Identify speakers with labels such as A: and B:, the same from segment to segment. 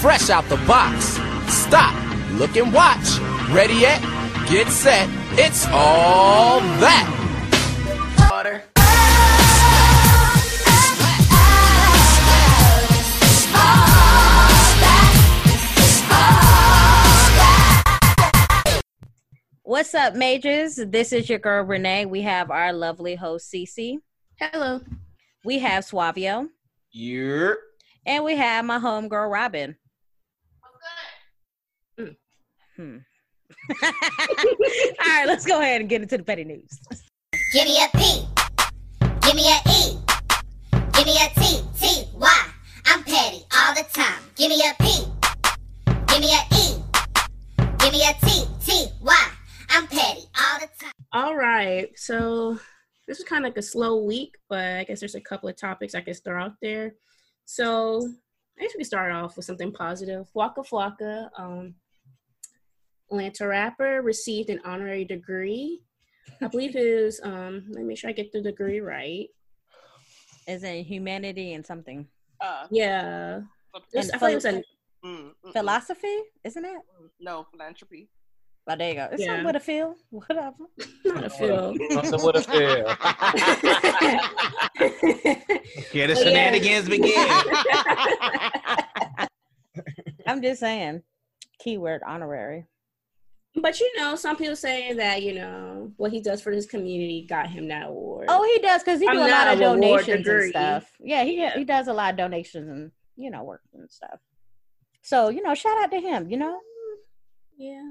A: fresh out the box. Stop, look and watch. Ready yet? Get set. It's all that. Water.
B: What's up, majors? This is your girl Renee. We have our lovely host Cece.
C: Hello.
B: We have Suavio,
A: Yeah.
B: and we have my homegirl Robin. Hmm. All right, let's go ahead and get into the petty news.
D: Give me a P. Give me a E. Give me a T. T. Y. I'm petty all the time. Give me a P. Give me a E. Give me a T. T. Y. I'm petty all the time.
C: All right. So this is kind of like a slow week, but I guess there's a couple of topics I can throw out there. So I guess we can start off with something positive. Waka Flocka, um, Atlanta rapper, received an honorary degree. I believe his, um, let me make sure I get the degree right.
B: Is in humanity and something
E: Uh,
C: Yeah. This, I
B: And
C: thought it was a,
E: mm, mm, mm,
B: philosophy, isn't it?
E: no philanthropy.
B: Oh, there you go. It's
C: Yeah.
B: something with a feel, whatever.
C: not a Phil.
F: Something would have failed.
A: Here the
C: But yeah.
A: shenanigans begin.
B: I'm just saying. Keyword honorary.
C: but you know, some people saying that, you know, what he does for his community got him that award.
B: Oh, he does because he
C: I'm
B: do a lot
C: not
B: of
C: a reward
B: donations and
C: degree.
B: stuff. Yeah, he
C: Yeah.
B: he does a lot of donations and you know work and stuff. So you know, shout out to him. You know,
C: yeah.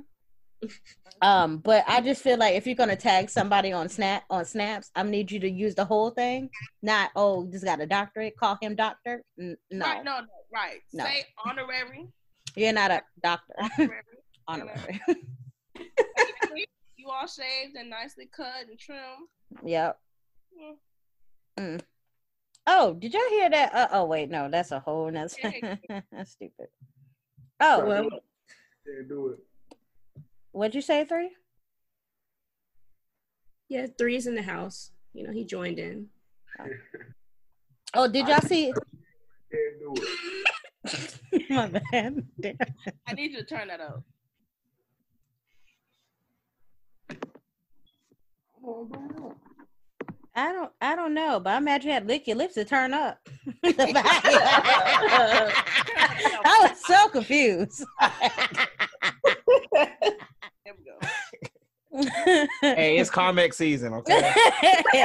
B: um, but I just feel like if you're gonna tag somebody on snap on snaps, I need you to use the whole thing, not oh just got a doctorate, call him doctor. N- no,
E: Right, no, no, right.
B: No.
E: Say honorary.
B: you're not a doctor.
E: honorary.
B: Honorary.
E: you all shaved and nicely cut and trimmed.
B: yep.
E: Yeah.
B: Mm. Oh, did y'all hear that? Uh, oh, wait, no, that's a whole nother.
E: Yeah.
B: that's stupid. Oh,
C: Well,
B: what'd you say, three?
C: Yeah, three's in the house. You know, he joined in.
B: Oh, did y'all see?
G: can't do it.
B: My bad. Damn.
E: I need you to turn that up.
B: I don't. I don't know, but I imagine you had to lick your lips to turn up. uh, I was so confused.
E: There we go.
F: hey, it's Carmex season, okay?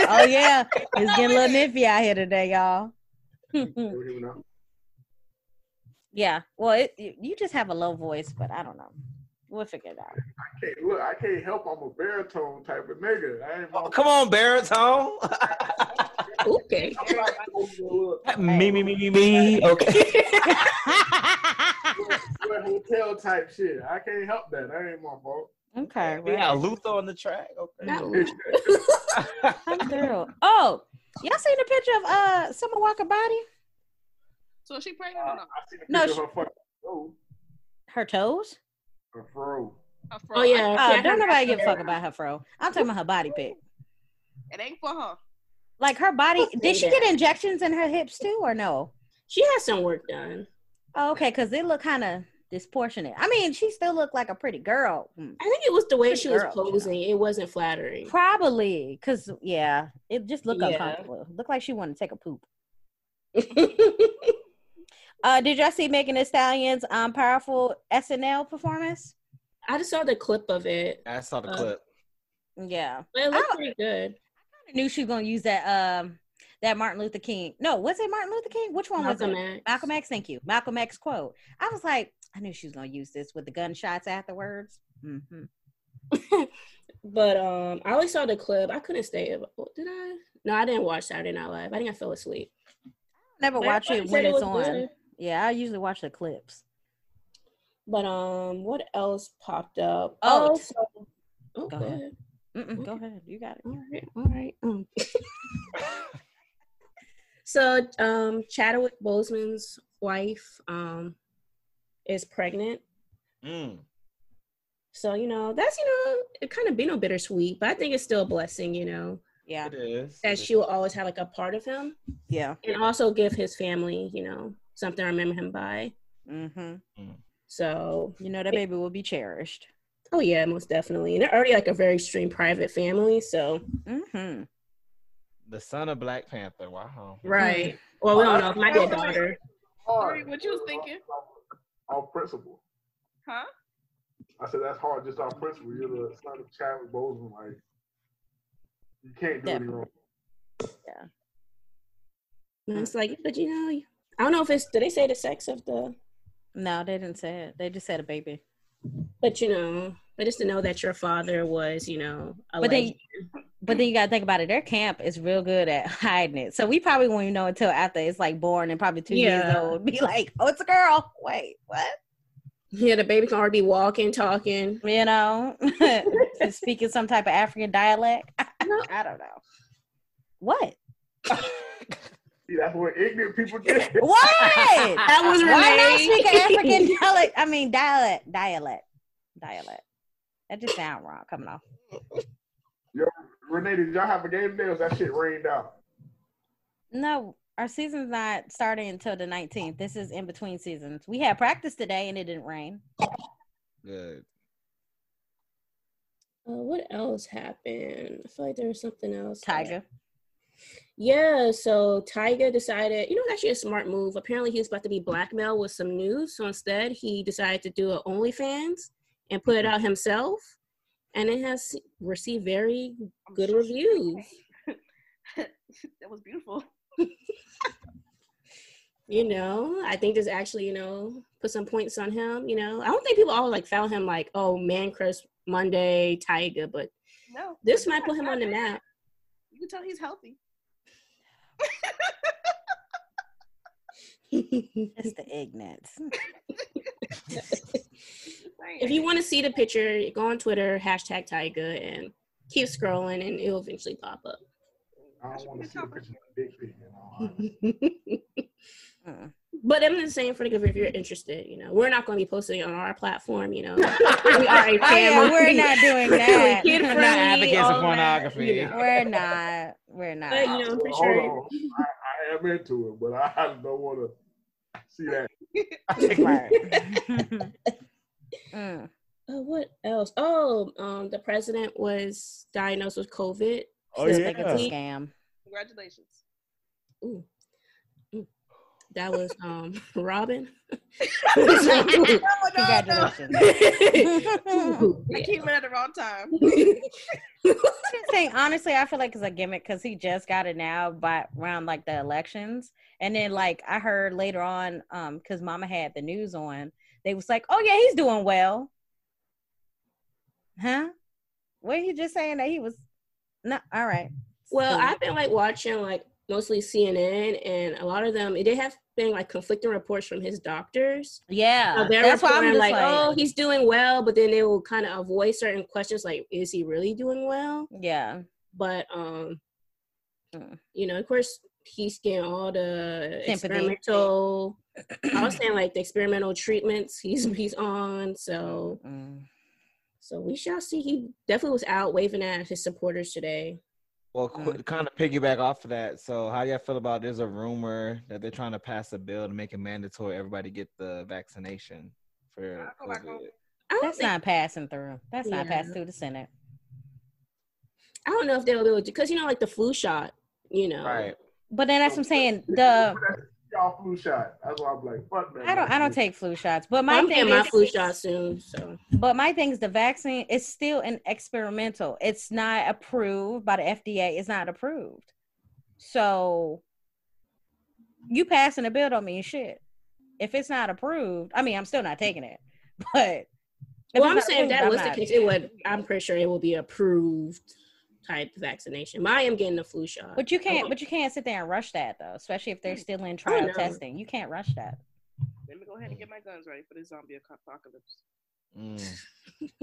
B: oh yeah, it's getting a little nippy out here today, y'all.
G: You hear me now?
B: yeah. Well, it, you you just have a low voice, but I don't know. We'll figure it out.
G: Can't- Look, I can't help. I'm a baritone type of nigga. I ain't
F: Oh, come on, baritone.
C: Okay.
G: I'm like, look,
F: me, me, me, me, me. Okay.
G: look, hotel type shit. I can't help that. That ain't my fault.
B: okay.
F: We got Luther on the track.
C: Not
F: Okay.
C: Luther.
B: I'm through. Oh, y'all seen the picture of uh Summer Walker body?
E: So is she
G: Uh,
E: pregnant
G: I
E: or not?
G: seen a
B: No,
G: picture of
B: she-
G: her fucking fro.
B: Her toes?
G: Her fro.
E: Her fro-
C: Oh yeah.
B: Oh,
C: yeah,
B: don't
C: I-
B: nobody give a fuck about her fro. I'm talking about her body pic.
E: It ain't for her.
B: Like her body.
C: Who
B: Did
C: said
B: she
C: that?
B: get injections in her hips too, or no?
C: She has some work done.
B: Oh, okay, because they look kind of disproportionate. I mean, she still looked like a pretty girl. Mm.
C: I think it was the way
B: Pretty
C: she was
B: girl, you know.
C: posing. It wasn't flattering.
B: Probably, cause yeah, it just looked
C: Yeah.
B: uncomfortable. Looked like she wanted to take a poop. Uh, did y'all see Megan Thee Stallion's um powerful SNL performance?
C: I just saw the clip of it.
F: I saw the clip.
B: Yeah,
C: But it looked
B: Oh.
C: pretty good.
B: I knew she was gonna use that um that Martin Luther King. No, was it Martin Luther King? Which one was
C: Malcolm
B: it?
C: X.
B: Malcolm X, thank you. Malcolm X quote. I was like, I knew she was gonna use this with the gunshots afterwards. hmm
C: But um, I only saw the clip. I couldn't stay. up- oh, Did I? No, I didn't watch Saturday Night Live. I think I fell asleep.
B: Never
C: But
B: watch
C: everybody
B: it
C: said
B: when it's
C: was
B: on.
C: good.
B: Yeah, I usually watch the clips.
C: But um, what else popped up?
B: Oh, t-
C: so- oh,
B: Go
C: go
B: ahead.
C: ahead. Mm-hmm.
B: Mm-mm, go ahead, you got it.
C: All right, all right. Um, so, um, Chadwick Boseman's wife um, is pregnant.
F: Mm.
C: So you know that's you know it kind of been a bittersweet, but I think it's still a blessing. You know
B: Yeah,
F: It is.
C: that she will always have like a part of him,
B: yeah.
C: and also give his family you know something to remember him by.
B: hmm
C: So,
B: You know that baby will be cherished.
C: oh yeah, most definitely. And they're already like a very extreme private family. So,
B: hmm
F: The son of Black Panther. Wow.
C: right. Well, we don't know. It might be a daughter.
G: Hard.
E: Three, what you was thinking?
G: Off principle.
E: Huh?
G: I said that's hard, just off principle. You're the son of Chadwick Boseman. Like, you can't do
B: Yeah.
G: any wrong.
C: And it's like, but you know, I don't know if it's. Do they say the sex of the?
B: No, they didn't say it. They just said a baby.
C: But you know, but just to know that your father was, you know, a
B: But
C: leg-
B: they, but then you gotta think about it. Their camp is real good at hiding it, so we probably won't even know until after it's like born and probably two years
C: Yeah.
B: old. Be like, oh, it's a girl. Wait, what?
C: yeah, the baby can already be walking, talking.
B: You know, Just speaking some type of African dialect. I don't know. What?
G: See, that's what ignorant people get.
B: What?
C: That was
B: Why not
C: Renee.
B: speak an African dialect? I mean, dialect, dialect, dialect. That just sound wrong coming off.
G: Renee, did y'all have a game day? Or was that shit rained out?
B: No, our season's not starting until the 19th. This is in between seasons. We had practice today and it didn't rain.
F: Good.
C: Uh, what else happened? I feel like there was something else.
B: Tiger.
C: Yeah, so Tyga decided, you know, it's actually a smart move. Apparently, he was about to be blackmailed with some news. So instead, he decided to do a OnlyFans and put it out himself. And it has received very
E: I'm
C: good
E: sure she
C: reviews.
E: That was beautiful.
C: You know, I think this actually, you know, put some points on him. You know, I don't think people all like found him like, oh, man crush Monday Tyga, but
E: No.
C: this might put him on the map.
E: You can tell he's healthy.
C: if
B: It's the ignorance.
E: Just saying.
C: you want to see the picture, go on Twitter, hashtag Tyga, and keep scrolling, and it'll eventually pop up.
G: I don't want to see a picture of Big Pig. You know?
B: Mm.
C: but I'm just saying for the if you're interested, you know, we're not going to be posting it on our platform, you know. we are a family.
B: Oh, yeah, we're not doing that.
C: Kid
F: We're
C: friendly,
F: not advocates of
C: all that,
F: pornography.
C: you know.
B: We're not. We're
C: But
B: not.
C: you know, I'm pretty
G: Well,
C: sure
G: Hold on. I, I am into it, but I, I don't want to see that.
B: Right. Mm.
C: Uh, what else? Oh, um, the president was diagnosed with COVID.
F: Oh,
B: Still think it's a
F: yeah.
B: scam.
E: Congratulations.
C: Ooh. Mm. That was um Robin.
B: Congratulations.
C: Ooh,
E: I
C: yeah.
E: came in at the wrong time.
B: Saying honestly, I feel like it's a gimmick because he just got it now, but around like the elections, and then like I heard later on, um, because Mama had the news on, they was like, "Oh yeah, he's doing well," huh? Were he just saying that he was? No, all right.
C: Well,
B: Cool.
C: I've been like watching like mostly CNN, and a lot of them they have been like conflicting reports from his doctors.
B: yeah,
C: So they're
B: that's why I'm
C: reporting,
B: just
C: like,
B: like,
C: oh, he's doing well, but then they will kind of avoid certain questions, like, is he really doing well?
B: yeah,
C: But um,
B: Mm.
C: you know, of course, he's getting all the
B: Sympathy.
C: experimental. I was saying like the experimental treatments he's he's on, so
B: Mm.
C: so we shall see. He definitely was out waving at his supporters today.
F: Well, qu- kind of piggyback off of that. So, how y'all feel about there's a rumor that they're trying to pass a bill to make it mandatory everybody get the vaccination for
E: I'll go back
F: COVID?
E: over.
C: I don't
B: that's
C: think-
B: not passing through. That's not
C: Yeah.
B: passed through the Senate.
C: I don't know if they'll be able to because you know, like the flu shot, you know.
F: Right.
B: But then that's what I'm saying. The
G: y'all flu shot. That's why I'm like, fuck that.
B: I don't I don't take flu shots, but my
C: I'm
B: thing
C: getting my
B: is-
C: flu shot soon, so
B: But my thing is the vaccine is still an experimental. It's not approved by the FDA. It's not approved. So you passing a bill don't mean shit. If it's not approved, I mean I'm still not taking it. But if
C: well, I'm
B: it's not
C: saying if that
B: approved,
C: was
B: I'm
C: the
B: not.
C: case, it would. I'm pretty sure it will be approved type vaccination. But I am getting the flu shot.
B: But you can't but you can't sit there and rush that though, especially if they're still in trial
C: no.
B: testing. You can't rush that.
E: Let me go ahead and get my guns ready for the zombie aco- apocalypse.
F: Mm.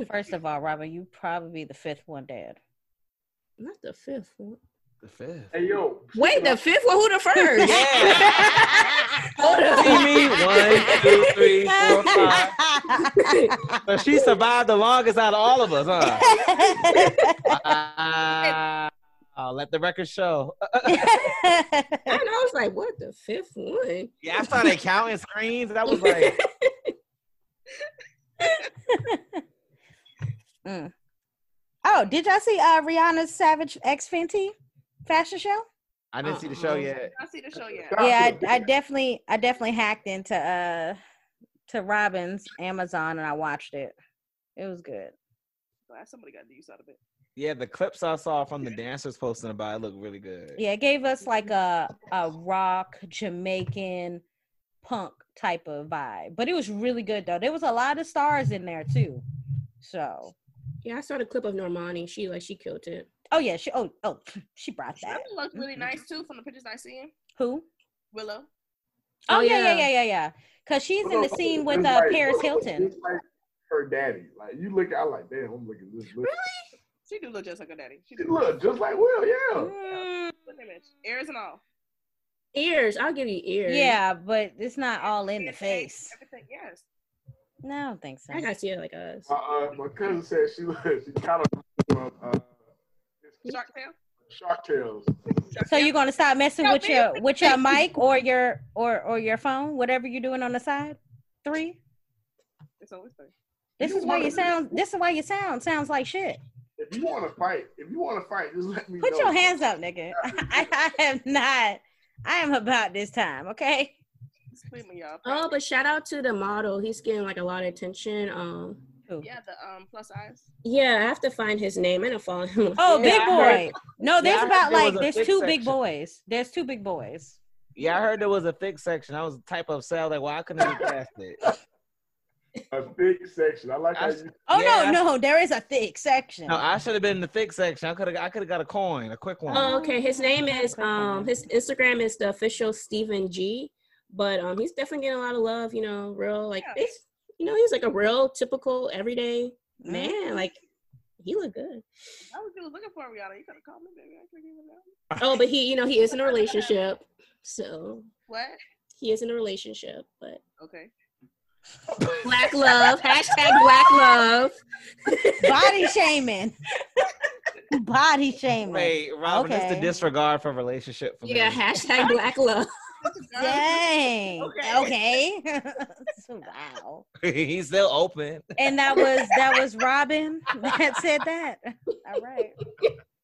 B: First of all, Robert, you probably be the fifth one dead.
C: not the fifth one.
F: The fifth.
G: Hey, yo.
C: Wait, the fifth one? Who the first? Hold
F: See
C: up.
F: me? One, two, three, four, five. So she survived the longest out of all of us, huh? Oh, let the record show. Uh,
C: I know. I was like, what the fifth one?
F: yeah, I started counting screens. I was like,
B: Mm. Oh, did y'all see uh, Rihanna's Savage X Fenty fashion show?
F: I didn't see the show yet.
E: I see the show yet.
G: Gotcha.
B: Yeah, I, I definitely, I definitely hacked into uh to Robin's Amazon and I watched it. It was good.
E: Glad somebody got the use out of it.
F: Yeah, the clips I saw from the dancers posting about it looked really good.
B: Yeah, it gave us like a a rock Jamaican punk type of vibe, but it was really good though. There was a lot of stars in there too. So,
C: Yeah, I saw the clip of Normani. She like she killed it.
B: oh yeah, she oh oh she brought that.
E: Willow looks really
G: Mm-hmm.
B: Mhm.
E: nice too from the pictures I seen.
B: Who?
E: Willow.
B: Oh,
C: Oh,
B: yeah, yeah,
C: yeah.
B: yeah, yeah, yeah. Cause she's in the scene with
G: It's
B: uh,
G: like-
B: Paris Hilton.
G: it's like her daddy. Like you look at, I like, damn, I'm looking this. Look.
E: She do look just like her daddy. She
G: She
E: do.
G: look just like Will. Yeah.
B: Mm,
E: Good image. Ears and all.
C: Ears. I'll give you ears.
B: yeah, but it's not all in the
E: DNA,
B: face.
E: Everything. Yes.
B: No, I don't think so.
C: I gotta see it like us.
G: Uh, uh, my cousin said she look. She kind of uh,
E: Shark tail.
G: Shark Tales.
E: Shark
B: So
E: Tale.
B: you're gonna stop messing
E: No,
B: with your with your mic or your or or your phone, whatever you're doing on the side. Three.
E: It's always funny.
B: This
G: You
B: is why
G: wanna-
B: you sound. This is why you sound sounds like shit.
G: If you want to fight, if you want to fight, just let me
B: Put
G: know.
B: your hands up, nigga. I, I am not. I am about this time. Okay.
E: It's screaming, y'all.
C: Oh, but shout out to the model. He's getting like a lot of attention. Um,
B: Who?
E: yeah, the um plus eyes.
C: yeah, I have to find his name. I don't follow him. on
B: Oh,
C: Facebook.
F: Yeah,
B: big
F: I heard-
B: boy. No, there's
F: I heard
B: about
F: there
B: like
F: was a
B: there's
F: big
B: two big
F: section.
B: boys. There's two big boys.
F: Yeah, I heard there was a thick section. I was type upset. I was like, well, I couldn't get past it.
G: A big section. I like how
F: I-
G: you.
B: Oh
F: Yeah.
B: no, no, there is a thick section.
F: No, I should have been in the thick section. I could have. I could have got a coin, a quick one.
C: Oh, okay. His name is um his Instagram is the official Stephen G, but um he's definitely getting a lot of love, you know, real like
E: Yeah.
C: it's you know, he's like a real typical everyday
B: Mm.
C: man. Like he look good.
E: That was what you was looking for, Rihanna. You could have called me, baby. I could have given that.
C: Oh, but he you know, he is in a relationship. So
E: What?
C: he is in a relationship, but
E: Okay.
C: black love, hashtag black love.
B: Body shaming. Body shaming.
F: Wait, Robin, that's the
B: Okay.
F: disregard for relationship for me.
C: Yeah, hashtag black love.
B: Dang. Okay.
E: Okay.
B: wow.
F: He's still open.
B: And that was that was Robin that said that. All right.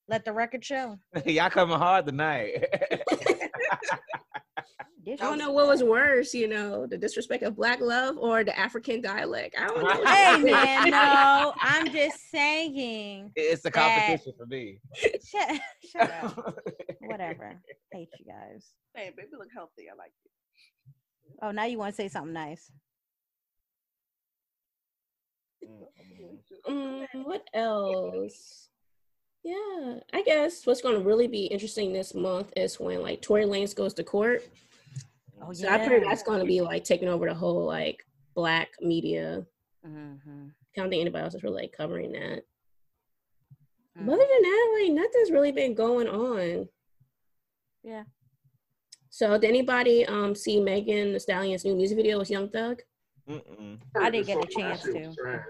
B: Let the record show.
F: Y'all coming hard tonight.
C: I don't know what was worse, you know, the disrespect of black love or the African dialect. I don't know. which
B: Hey
C: one.
B: man, no, I'm just saying.
F: it's the
B: That-
F: competition for me.
B: Shut, shut up. Whatever. Hate you guys.
E: Hey, baby, look healthy. I like it.
B: Oh, now you want to say something nice.
C: Um, what else? Yeah, I guess what's going to really be interesting this month is when like Tory Lanez goes to court.
B: Oh
C: So I figure that's going to be like taking over the whole like black media.
B: Mhm.
C: I don't think anybody else is really like covering that.
B: Mm.
C: But other than that, like nothing's really been going on.
B: Yeah.
C: So did anybody um see Megan The Stallion's new music video with Young Thug?
F: Mm-mm.
B: I didn't get a
G: That
B: chance
G: shit was
B: to.
G: trash.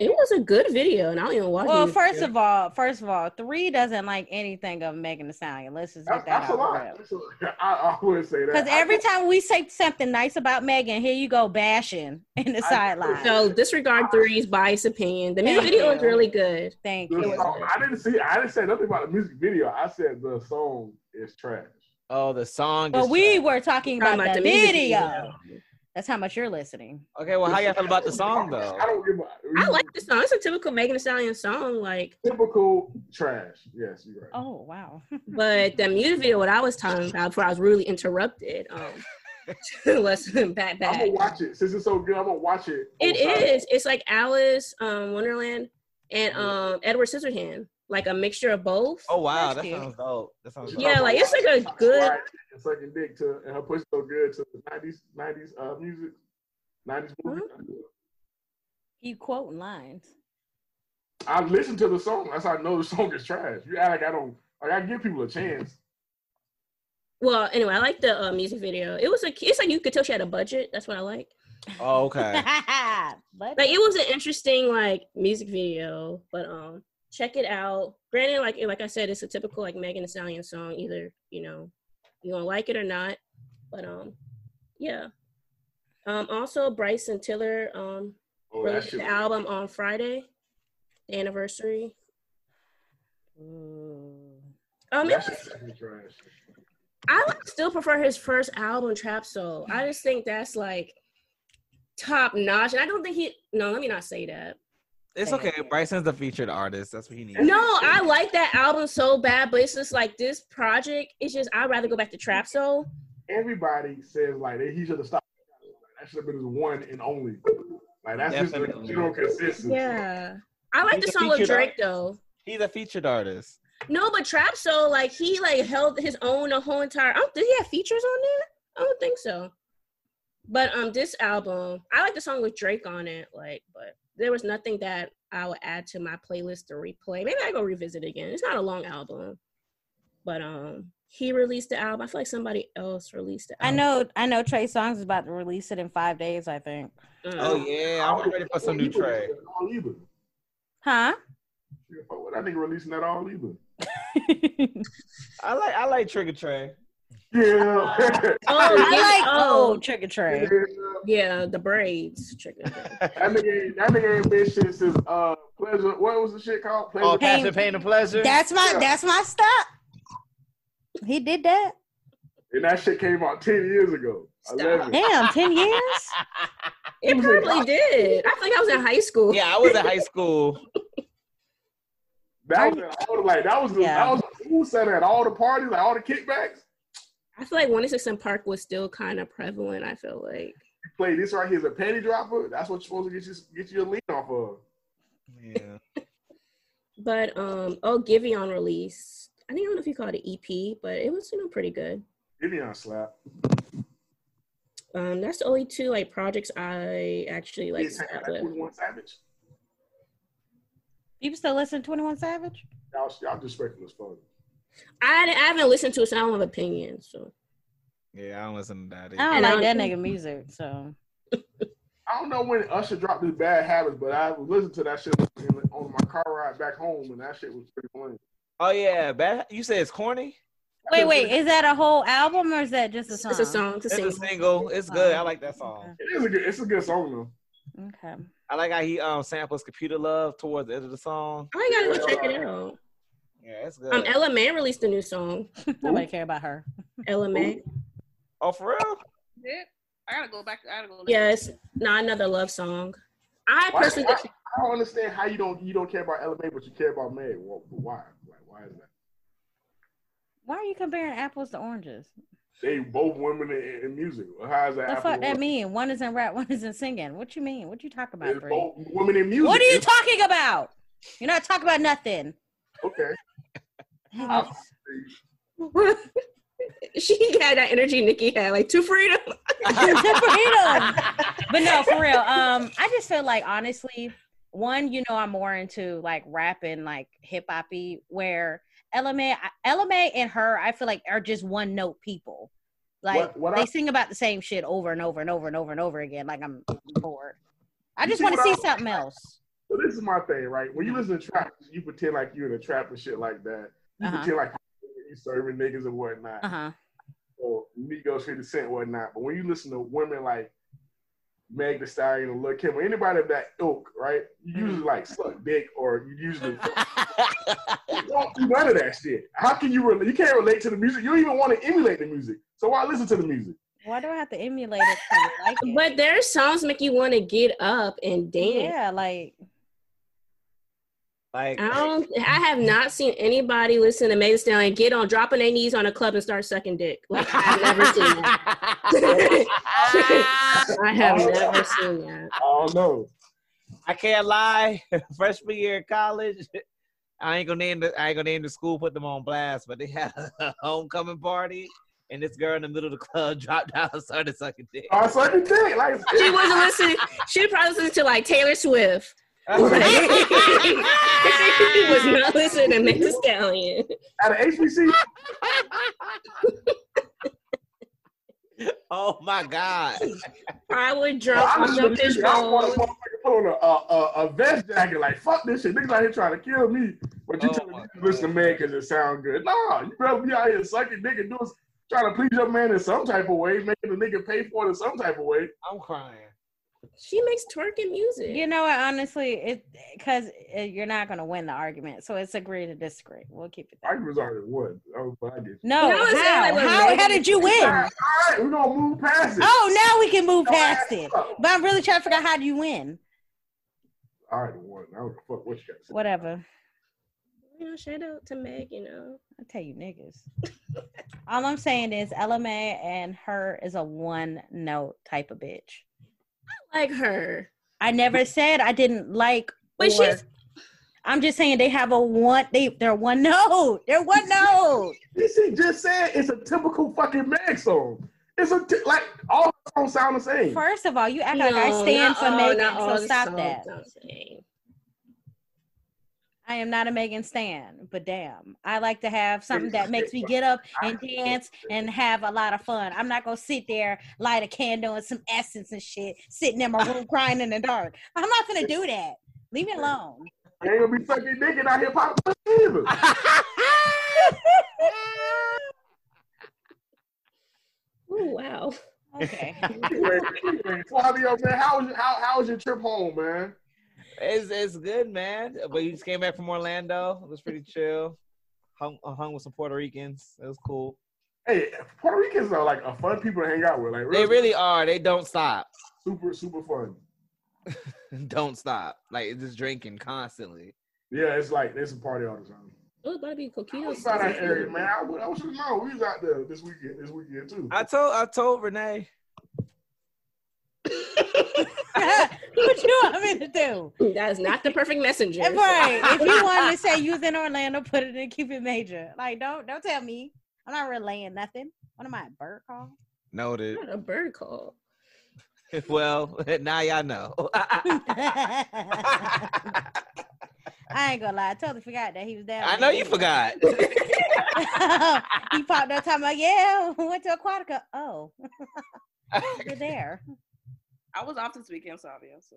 C: It was a good video, and I don't even watch.
B: Well,
C: music
B: first
C: videos.
B: of all, first of all, three doesn't like anything of Megan Thee Stallion. Let's just
G: That's,
B: get
G: that's
B: that
G: a
B: out
G: lot. That's a- I, I wouldn't say that.
B: Because
G: I-
B: every time we say something nice about Megan, here you go bashing in the
G: I-
B: sideline.
C: so disregard three's biased opinion. The music
B: Thank
C: video is
B: you.
C: really good.
B: Thank
G: The
B: you.
G: song- I didn't see. I didn't say nothing about the music video. I said the song is trash.
F: Oh, the song.
B: But
F: is
B: we
F: trash.
B: were talking about
C: Talking about
B: the
C: the music
B: video.
C: video.
B: That's how much you're listening.
F: Okay, well, how y'all feel about the song though?
G: I don't give. A,
C: I like the song. It's a typical Megan Thee Stallion song, like,
G: typical trash. Yes, you're right.
B: Oh wow.
C: but the music video, what I was talking about before I was really interrupted, um, was back
G: I'm
C: back.
G: gonna watch it since it's so good. I'm gonna watch it.
C: It
G: on Friday.
C: is. It's like Alice, um, Wonderland, and um, Edward Scissorhand, like a mixture of both.
F: Oh wow,
B: That's
F: that
B: cute.
F: sounds dope. That sounds dope.
C: Yeah, like, it's like a good-
G: Right, and Sucking dick to and her push so good to the nineties nineties uh music nineties movie.
B: You quoting lines.
G: I listen to the song. That's how I know the song is trash. You act like I don't. Like I give people a chance.
C: Well, anyway, I like the uh, music video. It was like it's like you could tell she had a budget. That's what I like.
F: Oh okay.
B: but
C: Like it was an interesting like music video, but um, check it out. Granted, like like I said, it's a typical like Megan Thee Stallion song. Either you know you gonna like it or not, but um yeah. Um, also Bryson Tiller um
G: Oh, that
C: released
G: shit.
C: the album on Friday, the anniversary. Um, it
G: That
C: was,
G: shit fucking trash.
C: I would still prefer his first album, Trap Soul. I just think that's like top notch, and I don't think he. No, let me not say that.
F: It's okay. Bryson's the featured artist. That's what he needs.
C: No, I like that album so bad, but it's just like this project. It's just I'd rather go back to Trap Soul.
G: Everybody says like that he should have stopped. That should have been his one and only. Like that's just
F: Definitely.
G: the general consistency.
C: Yeah, I like the
F: He's a
C: song with
F: featured
C: Drake though.
F: He's a featured artist.
C: No, but Trap Soul, like he like held his own the whole entire. I don't, did he have features on there? I don't think so. But um, this album, I like the song with Drake on it. Like, but there was nothing that I would add to my playlist to replay. Maybe I go revisit again. It's not a long album, but um, he released the album. I feel like somebody else released it.
B: I know, I know. Trey Songz is about to release it in five days. I think.
F: Oh yeah, I'm ready for some new track.
G: All either.
B: Huh?
G: Oh, I think releasing that all either.
F: I like I like Trigger Trey.
G: Yeah.
C: Oh,
B: I like
C: oh,
B: oh Trick or Trey.
C: yeah, the braids. Trick or treat.
G: That nigga, ain't- that nigga ain't been shit since uh pleasure. What was the shit called? Pleasure.
F: Oh,
B: Pain-
F: passion, pain, and pleasure.
B: That's my
G: Yeah.
B: that's my stop. He did that.
G: And that shit came out ten years ago.
C: Stop.
G: Eleven.
B: Damn, ten years.
C: It probably did. I think I was in high school.
F: yeah, I was in high school.
G: That was I was like that was the
B: Yeah.
G: that was the food center at all the parties, like all the kickbacks.
C: I feel like 106 in Park was still kind of prevalent. I feel like.
G: You play this right here is a penny dropper. That's what you're supposed to get you get your lean off of.
F: Yeah.
C: But um, oh, Giveon release. I think I don't know if you call it an EP, but it was you know pretty good.
G: Give me a slap.
C: Um, that's the only two like projects I actually like.
G: Yes,
C: sat
G: that
C: with.
G: 21 Savage.
B: People still listen to Twenty One Savage.
G: Y'all, y'all disrespectful as fuck.
C: I, I haven't listened to it, so I don't have an opinion. So
F: Yeah, I don't listen to that.
B: I don't
C: And I
B: like that
C: don't-
B: nigga music. So
G: I don't know when Usher dropped his bad habits, but I listened to that shit in- on my car ride back home, and that shit was pretty funny.
F: Oh yeah, bad. You say it's corny.
B: wait, wait, is that a whole album or is that just a
C: it's
B: song?
C: a song to
F: It's
C: sing.
F: a single. It's good. I like that song.
G: It is a good. It's a good song though.
B: Okay.
F: I like how he um samples "Computer Love" towards the end of the song.
C: I Oh, gotta go check it out.
F: Yeah, it's good.
C: Um, Ella May released a new song.
B: Nobody care about her.
C: Ella May.
F: oh, for real?
E: Did? I gotta go back. I gotta go. listen.
C: Yes, not another love song. I
G: Why-
C: personally
G: why-
C: think
G: I don't understand how you don't you don't care about LMA, but you care about Meg. Well, but why? Like, why is that?
B: Why are you comparing apples to oranges?
G: They both women in, in music. How is that?
B: The
G: apple
B: fuck that
G: woman?
B: mean? One is in rap, one is in singing. What you mean? What you talking about,
G: It's
B: Bree?
G: both women in music.
B: What are you
G: It's-
B: talking about? You're not talking about nothing.
G: Okay.
C: she had that energy Nikki had, like two freedom.
B: freedom. But no, for real. Um, I just feel like honestly, one, you know, I'm more into like rapping, like hip hoppy, where LMA, LMA and her, I feel like are just one note people. Like
G: What- what
B: they
G: I-
B: sing about the same shit over and over and over and over and over again. Like I'm bored. I
G: You
B: just
G: see
B: want to
G: what
B: see
G: I-
B: something else.
G: So this is my thing, right? When you listen to trap, you pretend like you're in a trap and shit like that. You
B: Uh-huh.
G: pretend like you serving niggas and whatnot.
B: Uh huh.
G: or Migos 50 Cent, whatnot. But when you listen to women like Meg Thee Stallion or Lil Kim or anybody of that ilk, right? You usually like suck dick or you usually you don't do none of that shit. How can you relate? You can't relate to the music. You don't even want to emulate the music. So why listen to the music?
B: Why do I have to emulate it? 'cause I like it?
C: But their songs make you want to get up and dance.
B: yeah, like
F: like,
C: I don't. I have not seen anybody listen to Megan Thee Stallion get on, dropping their knees on a club and start sucking dick. Like I've never seen that. I have never seen that.
G: Oh no.
F: I can't lie. Freshman year of college, I ain't gonna name the I ain't gonna name the school. Put them on blast, but they had a homecoming party, and this girl in the middle of the club dropped out and started sucking dick.
G: I suck a dick. Like
C: She wasn't listening. She probably listened to like Taylor Swift. she was not listening to Megan Thee Stallion.
G: at an HBC,
F: Oh my God.
C: I would
G: Well,
C: drunk
G: I
C: on
G: just
C: the
G: believe it. I want a
C: fishbowl.
G: motherfucker put on a, a, a, a vest jacket. Like, fuck this shit. Niggas out here trying to kill me. But you
F: Oh
G: telling me
F: my
G: you listen to man because it sound good. Nah, you better be out here sucking dick and doing, trying to please your man in some type of way, making the nigga pay for it in some type of way.
F: I'm crying.
C: She makes twerking music.
B: You know what? Honestly, it because eh, you're not gonna win the argument, so it's agree to disagree. We'll keep it. There.
G: I was already one. Oh, but I get you.
B: No,
C: You know what I'm
B: how?
C: saying? Like, when
B: how,
C: Megan-
B: how did you
G: All
B: win?
G: right, all right, we're gonna move past it.
B: Oh, now we can move
G: All right,
B: past it.
G: fuck.
B: But I'm really trying to figure out how do you win.
G: All right, one. I don't give a fuck what you got to say.
B: Whatever.
C: You know, shout out to Meg, you know.
B: I tell you niggas. All I'm saying is LMA and her is a one note type of bitch.
C: Like her.
B: I never said I didn't like
C: But
B: or-
C: she's
B: I'm just saying they have a one they they're one note. They're one note.
G: This shit just said it's a typical fucking Meg song. It's a t- like all her songs sound the same.
B: First of all, you act like I
C: No,
B: stand
C: not
B: for
C: all- not all
B: Megan, so
C: the
B: stop
C: songs
B: that.
C: I'm saying.
B: I am not a Megan Stan, but damn, I like to have something that makes me
G: Exactly.
B: get up and dance and have a lot of fun. I'm not gonna sit there, light a candle and some essence and shit, sitting in my room crying in the dark. I'm not gonna do that. Leave me alone.
G: They ain't gonna be sucking dick and out here popping pussy either.
C: Ooh, wow.
B: okay.
G: Anyway, anyway, Flavio, man, how was your, how, how was your trip home, man?
F: It's it's good, man. But you just came back from Orlando. It was pretty chill. Hung uh, hung with some Puerto Ricans. It was cool.
G: Hey, Puerto Ricans are like a fun people to hang out with. Like
F: They really are. They don't stop.
G: super super fun.
F: Don't stop. Like it's just drinking constantly.
G: Yeah, it's like it's a party all the time.
C: It was about to be
G: I
C: coquito.
G: was out that area,
C: season.
G: man. I, was- I was just know we was out there this weekend. This weekend too.
F: I told I told Renee.
B: what you want me to do?
C: That is not the perfect messenger.
B: Right. If you wanted to say you was in Orlando, put it in keep it major. Like don't don't tell me. I'm not relaying nothing. What am I, a bird call?
F: Noted.
C: Not a bird call.
F: well, now y'all know.
B: I
F: I
B: ain't gonna lie, I totally forgot that he was down.
F: know
B: there.
F: you forgot.
B: he popped up talking about, yeah, went to Aquatica. Oh, you're there.
E: I was off this weekend, Savio, so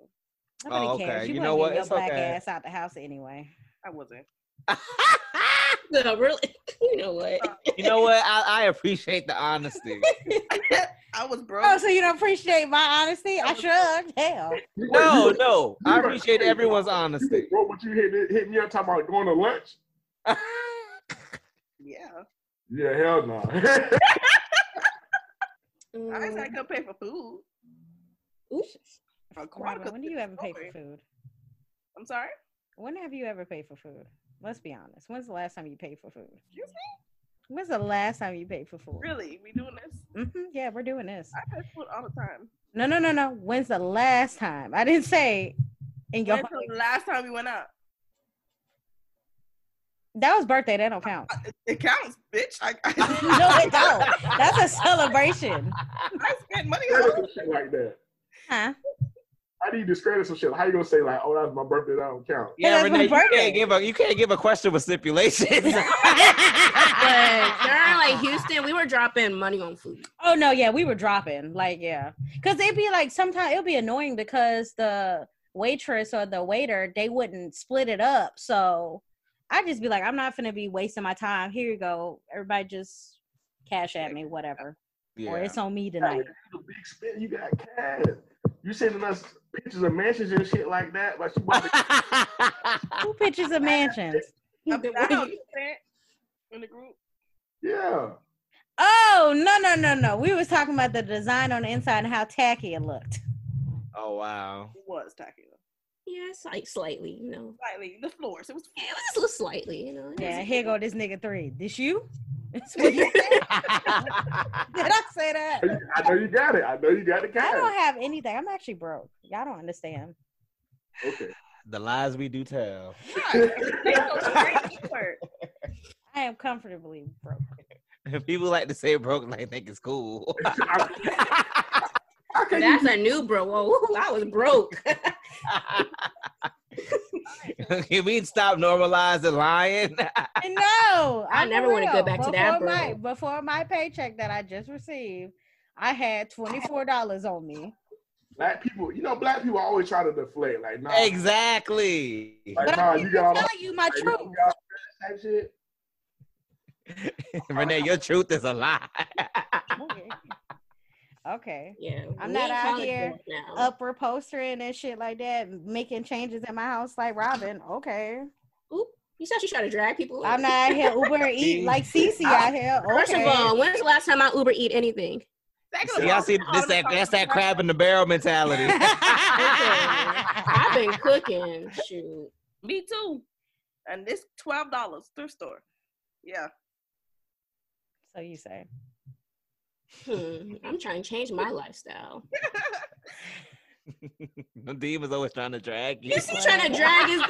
B: Nobody
F: Oh,
B: cares.
F: okay.
B: You,
F: You
B: wouldn't
F: know
B: get
F: what?
B: Your
F: It's
B: black
F: okay.
B: ass out the house anyway.
E: I wasn't.
C: No, really. You know what?
F: you know what? I, I appreciate the honesty.
E: I was broke.
B: Oh, so you don't appreciate my honesty? I
E: That was-
B: shrugged. Hell,
G: You- wait,
F: No,
G: you-
F: no.
G: you
F: I
G: were
F: appreciate
G: crazy.
F: everyone's honesty.
G: Bro, but you hit hit me up talking about going to lunch.
E: Yeah.
G: Yeah, hell no.
E: I didn't say I
C: Mm,
E: couldn't pay for food.
C: oops.
B: Robin, when do you ever pay for
E: Sorry.
B: food?
E: I'm sorry?
B: When have you ever paid for food? Let's be honest. When's the last time you paid for food?
E: Excuse me?
B: When's the last time you paid for food?
E: Really? We doing this?
B: hmm yeah, we're doing this.
E: I pay for food all the time.
B: No, no, no, no. When's the last time? I didn't say in your.
E: When's the last time we went out?
B: That was birthday. That don't count.
E: It counts, bitch. I, I,
B: no, it don't. That's a celebration.
E: I spent money
G: Credit
E: on
G: some shit like that.
B: Huh?
G: I need discredit some shit. How you gonna say like, oh, that was my birthday, that don't count?
F: Yeah,
B: that's my
F: Renee, you
B: birthday.
F: can't give a you can't give a question with stipulations.
C: But during like Houston, we were dropping money on food.
B: oh no, yeah, we were dropping. Like, yeah, because it'd be like sometimes it'd be annoying because the waitress or the waiter they wouldn't split it up. So I just be like, I'm not gonna be wasting my time. Here you go, everybody, just cash at me, whatever, or it's on me tonight.
G: You big spin, you got cash. You sending us pictures of mansions and shit like that. Like you about to-
B: Who pitches a mansions?
E: I'm down. You spent in the group.
G: yeah.
B: Oh no no no no! We was talking about the design on the inside and how tacky it looked.
F: oh wow.
E: It was tacky.
C: Yeah, slight, slightly, you know.
E: Slightly. The floors. It was
C: Yeah, just a little slightly, you know.
B: Yeah, here go this nigga three. This you? That's what you said. Did I say that?
G: I know you got it. I know you got the
B: I don't
G: cash.
B: have anything. I'm actually broke. Y'all don't understand.
G: Okay.
F: the lies we do tell.
E: Right.
B: I am comfortably broke.
F: People like to say broke like think it's cool.
G: How can
C: That's a new bro. Whoa, I was broke.
F: Can we stop normalizing lying?
B: And no,
C: I
B: I'm
C: never
B: for
C: wanna go
B: real.
C: back to
B: before
C: that,
B: My, before my paycheck that I just received, I had twenty four dollars on me,
G: Black people, you know, black people always try to deflect. Like, nah,
F: Exactly.
G: like,
B: but
G: nah,
B: I'm
G: you
C: Oh
G: got all
B: telling
G: that
B: you my
G: you got all
B: truth.
G: that type shit.
F: Renee, your truth is a lie.
B: okay,
C: Yeah,
B: I'm
C: we
B: not
C: in
B: out
C: college
B: here
C: board now.
B: upper postering and shit like that, making changes in my house like Robin. Okay,
C: Oop, you said you try to drag people.
B: I'm not out here Uber and Eat like Cece out here. Okay.
C: First of all, when's the last time I Uber eat anything?
E: Second of
F: Y'all
E: all,
F: see
E: all
F: this?
E: the
F: That, that's
E: fucking
F: that crab in the barrel mentality.
C: I've been cooking. Shoot.
E: Me too. And this twelve dollars thrift store. Yeah.
B: so you say.
C: Hmm. I'm trying to change my lifestyle.
F: the demon's always trying to drag you.
C: You see, trying to drag us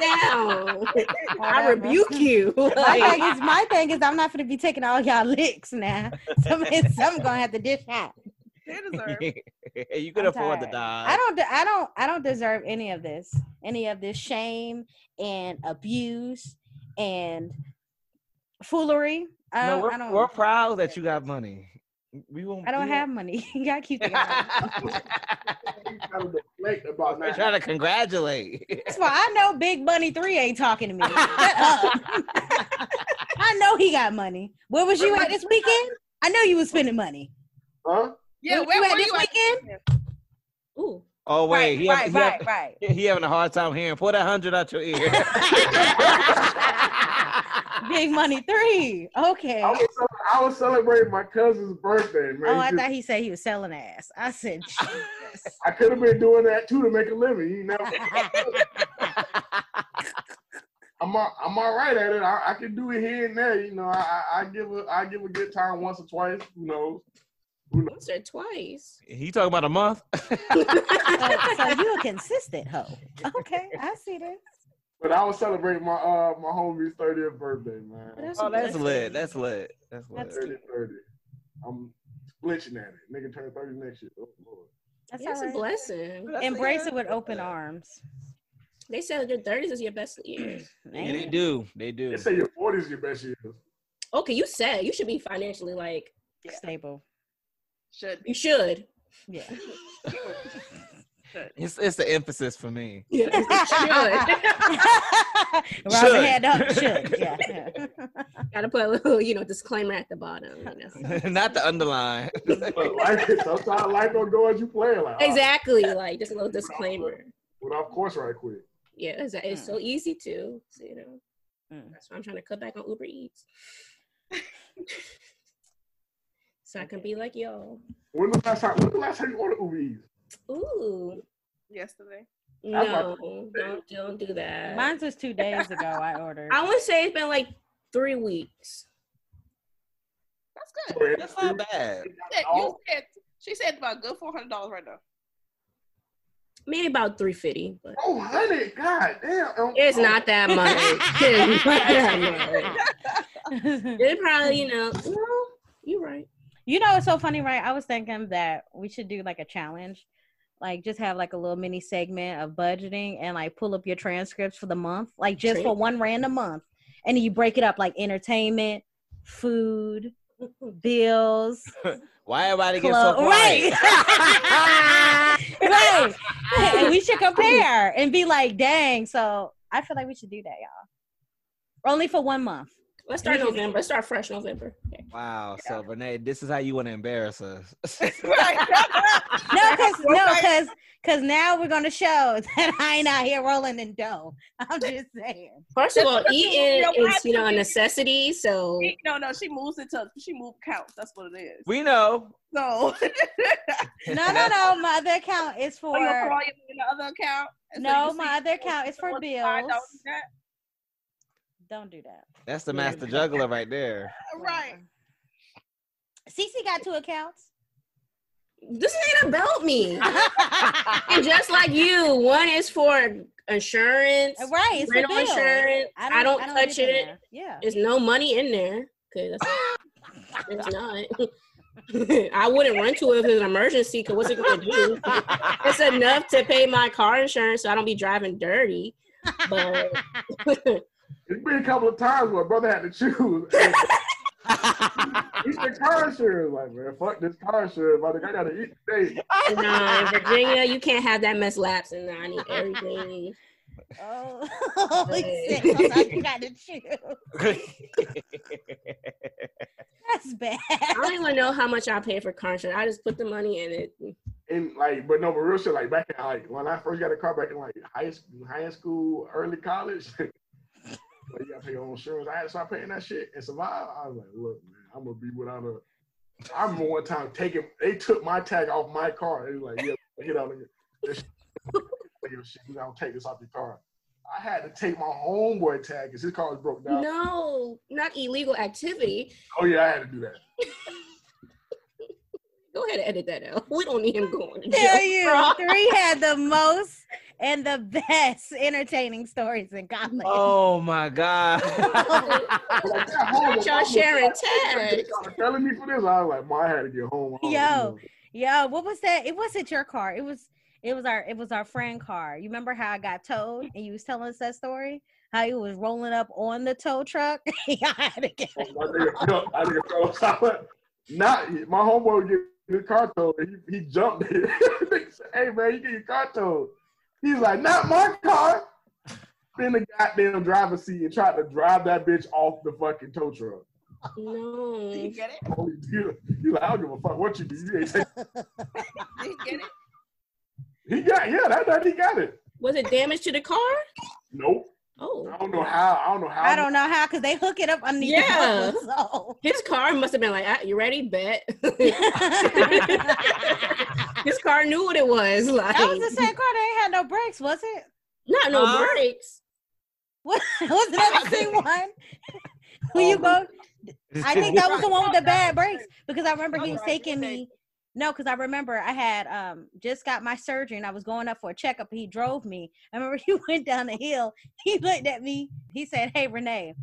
C: down. I
B: Whatever.
C: rebuke you.
B: My
C: Like,
B: thing is, my thing is, I'm not gonna be taking all y'all licks now. Somebody, some gonna have to dish out.
E: They deserve.
F: you could
B: I'm
F: afford the
B: tired.
F: dodge.
B: I don't, de- I don't, I don't deserve any of this, any of this shame and abuse and foolery. I
F: no,
B: don't,
F: we're,
B: I don't,
F: we're proud that you got money. We won't.
B: I don't
F: we
B: have money. y'all keep thinking I don't have money.
F: won't-
G: You try to deflect about
F: We're
G: that.
F: trying to congratulate.
B: That's why I know Big Bunny Three ain't talking to me. Shut up. I know he got money. Where was you at this weekend? I know you was spending money.
G: Huh?
E: Yeah,
B: Where
E: where
B: you at
E: were
B: this
E: you at?
B: weekend?
C: ooh,
F: oh wait, he,
B: right,
F: have, he,
B: right,
F: have-
B: right.
F: he having a hard time hearing. Pull that hundred out your ear.
B: Big Money Three. Okay.
G: I was, cel- I was celebrating my cousin's birthday, man.
B: Oh, I
G: Just-
B: thought he said he was selling ass. I said, Jesus.
G: I could have been doing that too to make a living. You know, I'm all, I'm all right at it. I, I can do it here and there. You know, I, I, I give a I give a good time once or twice. You know,
C: once or twice.
F: he talking about a month.
B: so, so you a consistent hoe. Okay, I see this.
G: but I was celebrating my uh my homie's 30th birthday, man.
C: That's
F: Oh, that's
C: blessing.
F: lit. That's lit. That's lit.
B: That's
G: 30, 30. I'm glitching at it. Nigga turn 30 next year. Oh, Lord.
B: That's
C: It's
B: all
C: a
B: right.
C: blessing.
F: That's-
B: Embrace
F: yeah,
B: it with
F: that's
B: open
F: lit.
B: arms.
C: They said your thirties is your best years.
F: Yeah, they
B: Man.
F: do. They do.
G: They say your 40s is your best years.
C: Okay, you said you should be financially like
B: Stable.
E: Should be.
C: you should.
B: Yeah.
E: Should.
F: It's it's the emphasis for me.
C: Yeah, should.
B: Robin had up. Should. Yeah.
C: Gotta put a little, you know, disclaimer at the bottom. You know.
F: Not the underline.
G: But life is sometimes life don't go as you plan. Like, "Ah,
C: Exactly. Like just a little disclaimer.
G: Well, of course, right quick.
C: Yeah, it's, it's so easy to, so, you know.
B: Mm.
C: That's why I'm trying to cut back on Uber Eats. so I can be like y'all.
G: When the last time? When the last time you ordered Uber Eats?
C: Ooh.
E: Yesterday.
C: No, don't don't do that.
B: Mine was two days ago. I ordered.
C: I would say it's been like three weeks.
E: That's good.
G: Or-
F: That's not bad.
E: said, you
G: Oh.
E: said she said about good four hundred dollars right now.
C: Maybe about three fifty, but
G: Oh, honey, god damn. Um,
C: it's
G: oh,
C: not that much. It's not that much. It probably, you know, no, you're right.
B: You know, it's so funny, right? I was thinking that we should do like a challenge, like just have like a little mini segment of budgeting and like pull up your transcripts for the month, like just for
C: Trans-
B: one random month, and then you break it up like entertainment, food, bills,
F: Why everybody get so
B: clothes, right?
F: quiet?
B: right. And we should compare and be like, dang. So I feel like we should do that, y'all. Only for one month.
C: Let's start November. Let's start fresh November. Okay.
F: Wow. So Renee, this is how you want to embarrass us.
B: No, cause no, cause cause now we're gonna show that I ain't out here rolling in dough. I'm just saying.
C: First of all,
E: That's-
C: eating
E: you know
C: is,
E: what?
C: you know, a necessity. So
E: She- no, no, she moves it to she moved counts. That's what it is.
F: we know.
E: so
B: No, no, no. My other account is
E: Oh, you're
B: for
E: throwing it in the other account. And so
B: no.
E: you
B: My
E: see-
B: other account is for
E: Don't do
B: bills.
E: that.
B: Don't do that.
F: That's the master juggler right there.
E: Right.
B: Cece got two accounts.
C: this ain't about me. and just like you, one is for insurance.
B: Uh, Right. It's for
C: Rental
B: bills.
C: insurance. I don't touch
B: get in
C: it.
B: there. Yeah.
C: There's no money in there because it's not. I wouldn't run to it if it was an emergency because what's it going to do? it's enough to pay my car insurance so I don't be driving dirty. But
G: It's been a couple of times where brother had to choose. It's the car insurance. Like, man, fuck this car insurance. Like, I gotta eat today.
C: no, in Virginia, you can't have that mess lapsing. Nah, I need everything.
B: Oh, holy shit. I'm like, you got to chew. That's bad.
C: I don't even know how much I pay for car insurance. I just put the money in it.
G: And like, but no, but real shit. Like back in like when I first got a car back in like high school, high school, early college. like, you gotta pay your own insurance. I had to start paying that shit and survive. I was like, look, man, I'm gonna be without a. I remember one time taking they took my tag off my car. They was like, yeah, get out of here. This shit- like, yo, shit, we gonna take this off your car. I had to take my homeboy tag because his car was broke down.
C: No, not illegal activity.
G: Oh yeah, I had to do that.
C: Go ahead and edit that out. We don't need him going to
B: Tell
C: jail.
B: you, three had the most and the best entertaining stories in college.
F: oh my god.
G: But, like, that
C: Why
G: homeboy-
C: aren't y'all sharing
G: They
C: tags?
G: tried to felony for this. I was like, man, I had to get home. I was
B: Yo.
G: like,
B: Yeah, what was that? It wasn't your car. It was it was our it was our friend car. You remember how I got towed and you was telling us that story? How he was rolling up on the tow truck. I had to get
G: My nigga fell- my nigga fell outside. Not my homeboy was getting his car towed. and He, he jumped. Nigga said, hey man, you get your car towed. He's like, not my car. In the goddamn driver's seat and tried to drive that bitch off the fucking tow truck.
C: No.
E: Did you get it?
G: Holy dude. He's like, I don't give a fuck what you do. You ain't take-"
E: Did you get it?
G: He got yeah, that night he got it.
C: Was it damage to the car?
G: Nope.
C: Oh.
G: I don't know how. I don't know how.
B: I don't know how because they hook it up underneath
C: Yeah.
B: the buckle, so.
C: His car must have been like, ah, you ready? Bet.
B: that
C: His car knew what it was. Like,
B: was the same car that ain't had no brakes, was it?
C: not no
F: Huh?
C: brakes.
B: What was that the same one? When you go, I think that was the one with the bad brakes because I remember he was taking me. No, because I remember I had um just got my surgery and I was going up for a checkup. He drove me. I remember he went down the hill. He looked at me. He said, "Hey, Renee,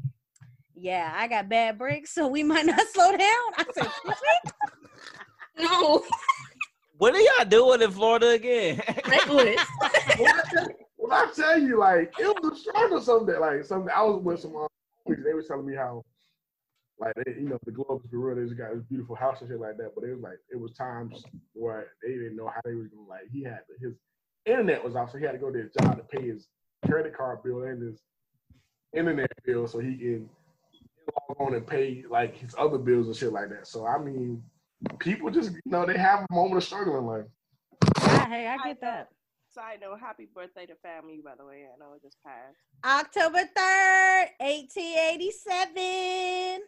B: yeah, I got bad brakes, so we might not slow down." I said, "Excuse me?"
C: No,
F: What are y'all doing in Florida again?
C: reckless.
G: when I tell- when I tell you, like, it was a struggle someday. Like, something I was with some homies, they were telling me how, like, they, you know, the Globes Gorilla, they just got this beautiful house and shit like that. But it was like, it was times where they didn't know how they was gonna, like, he had to- his internet was off, so he had to go to his job to pay his credit card bill and his internet bill so he can log on and pay, like, his other bills and shit like that. So, I mean, people just, you know, they have a moment of struggle in life.
B: Ah, hey, I get that.
E: Side note, happy birthday to family, by the way. I know it just passed.
B: October third, eighteen eighty-seven.
G: Say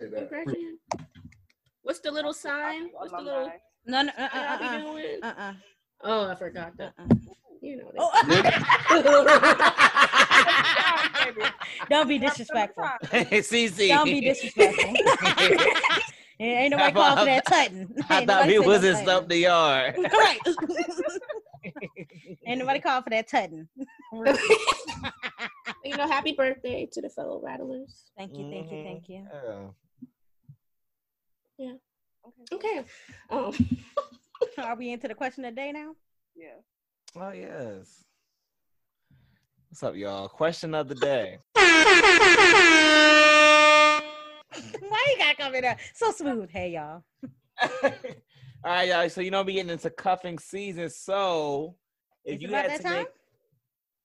G: that.
C: Congratulations. What's the little sign? What's the little?
E: Alumni.
B: No, no, uh,
C: What y'all be
B: uh,
C: doing?
B: uh, uh, uh.
C: Oh, I forgot that.
B: uh.
C: You know.
B: Oh, Don't be disrespectful.
F: CC.
B: Don't be disrespectful. ain't nobody calling for that tutting.
F: I
B: Ain't
F: thought
B: nobody
F: we
B: said no
F: was in
B: tutting.
F: stump the yard.
B: Right. ain't nobody called for that tutting. Oh, uh.
C: they- you know, happy birthday to the fellow rattlers.
B: Thank you, thank you,
F: Mhm.
B: thank you.
F: Oh.
E: Okay.
C: Okay. Um,
B: Are we into the question of the day now?
E: Yeah.
F: Oh yes. What's up, y'all? Question of the day.
B: Why you gotta come in there so smooth? Hey y'all.
F: All right, y'all. So you know we getting into cuffing season. So if
B: Is it
F: you
B: about
F: had
B: that
F: to
B: time?
F: make,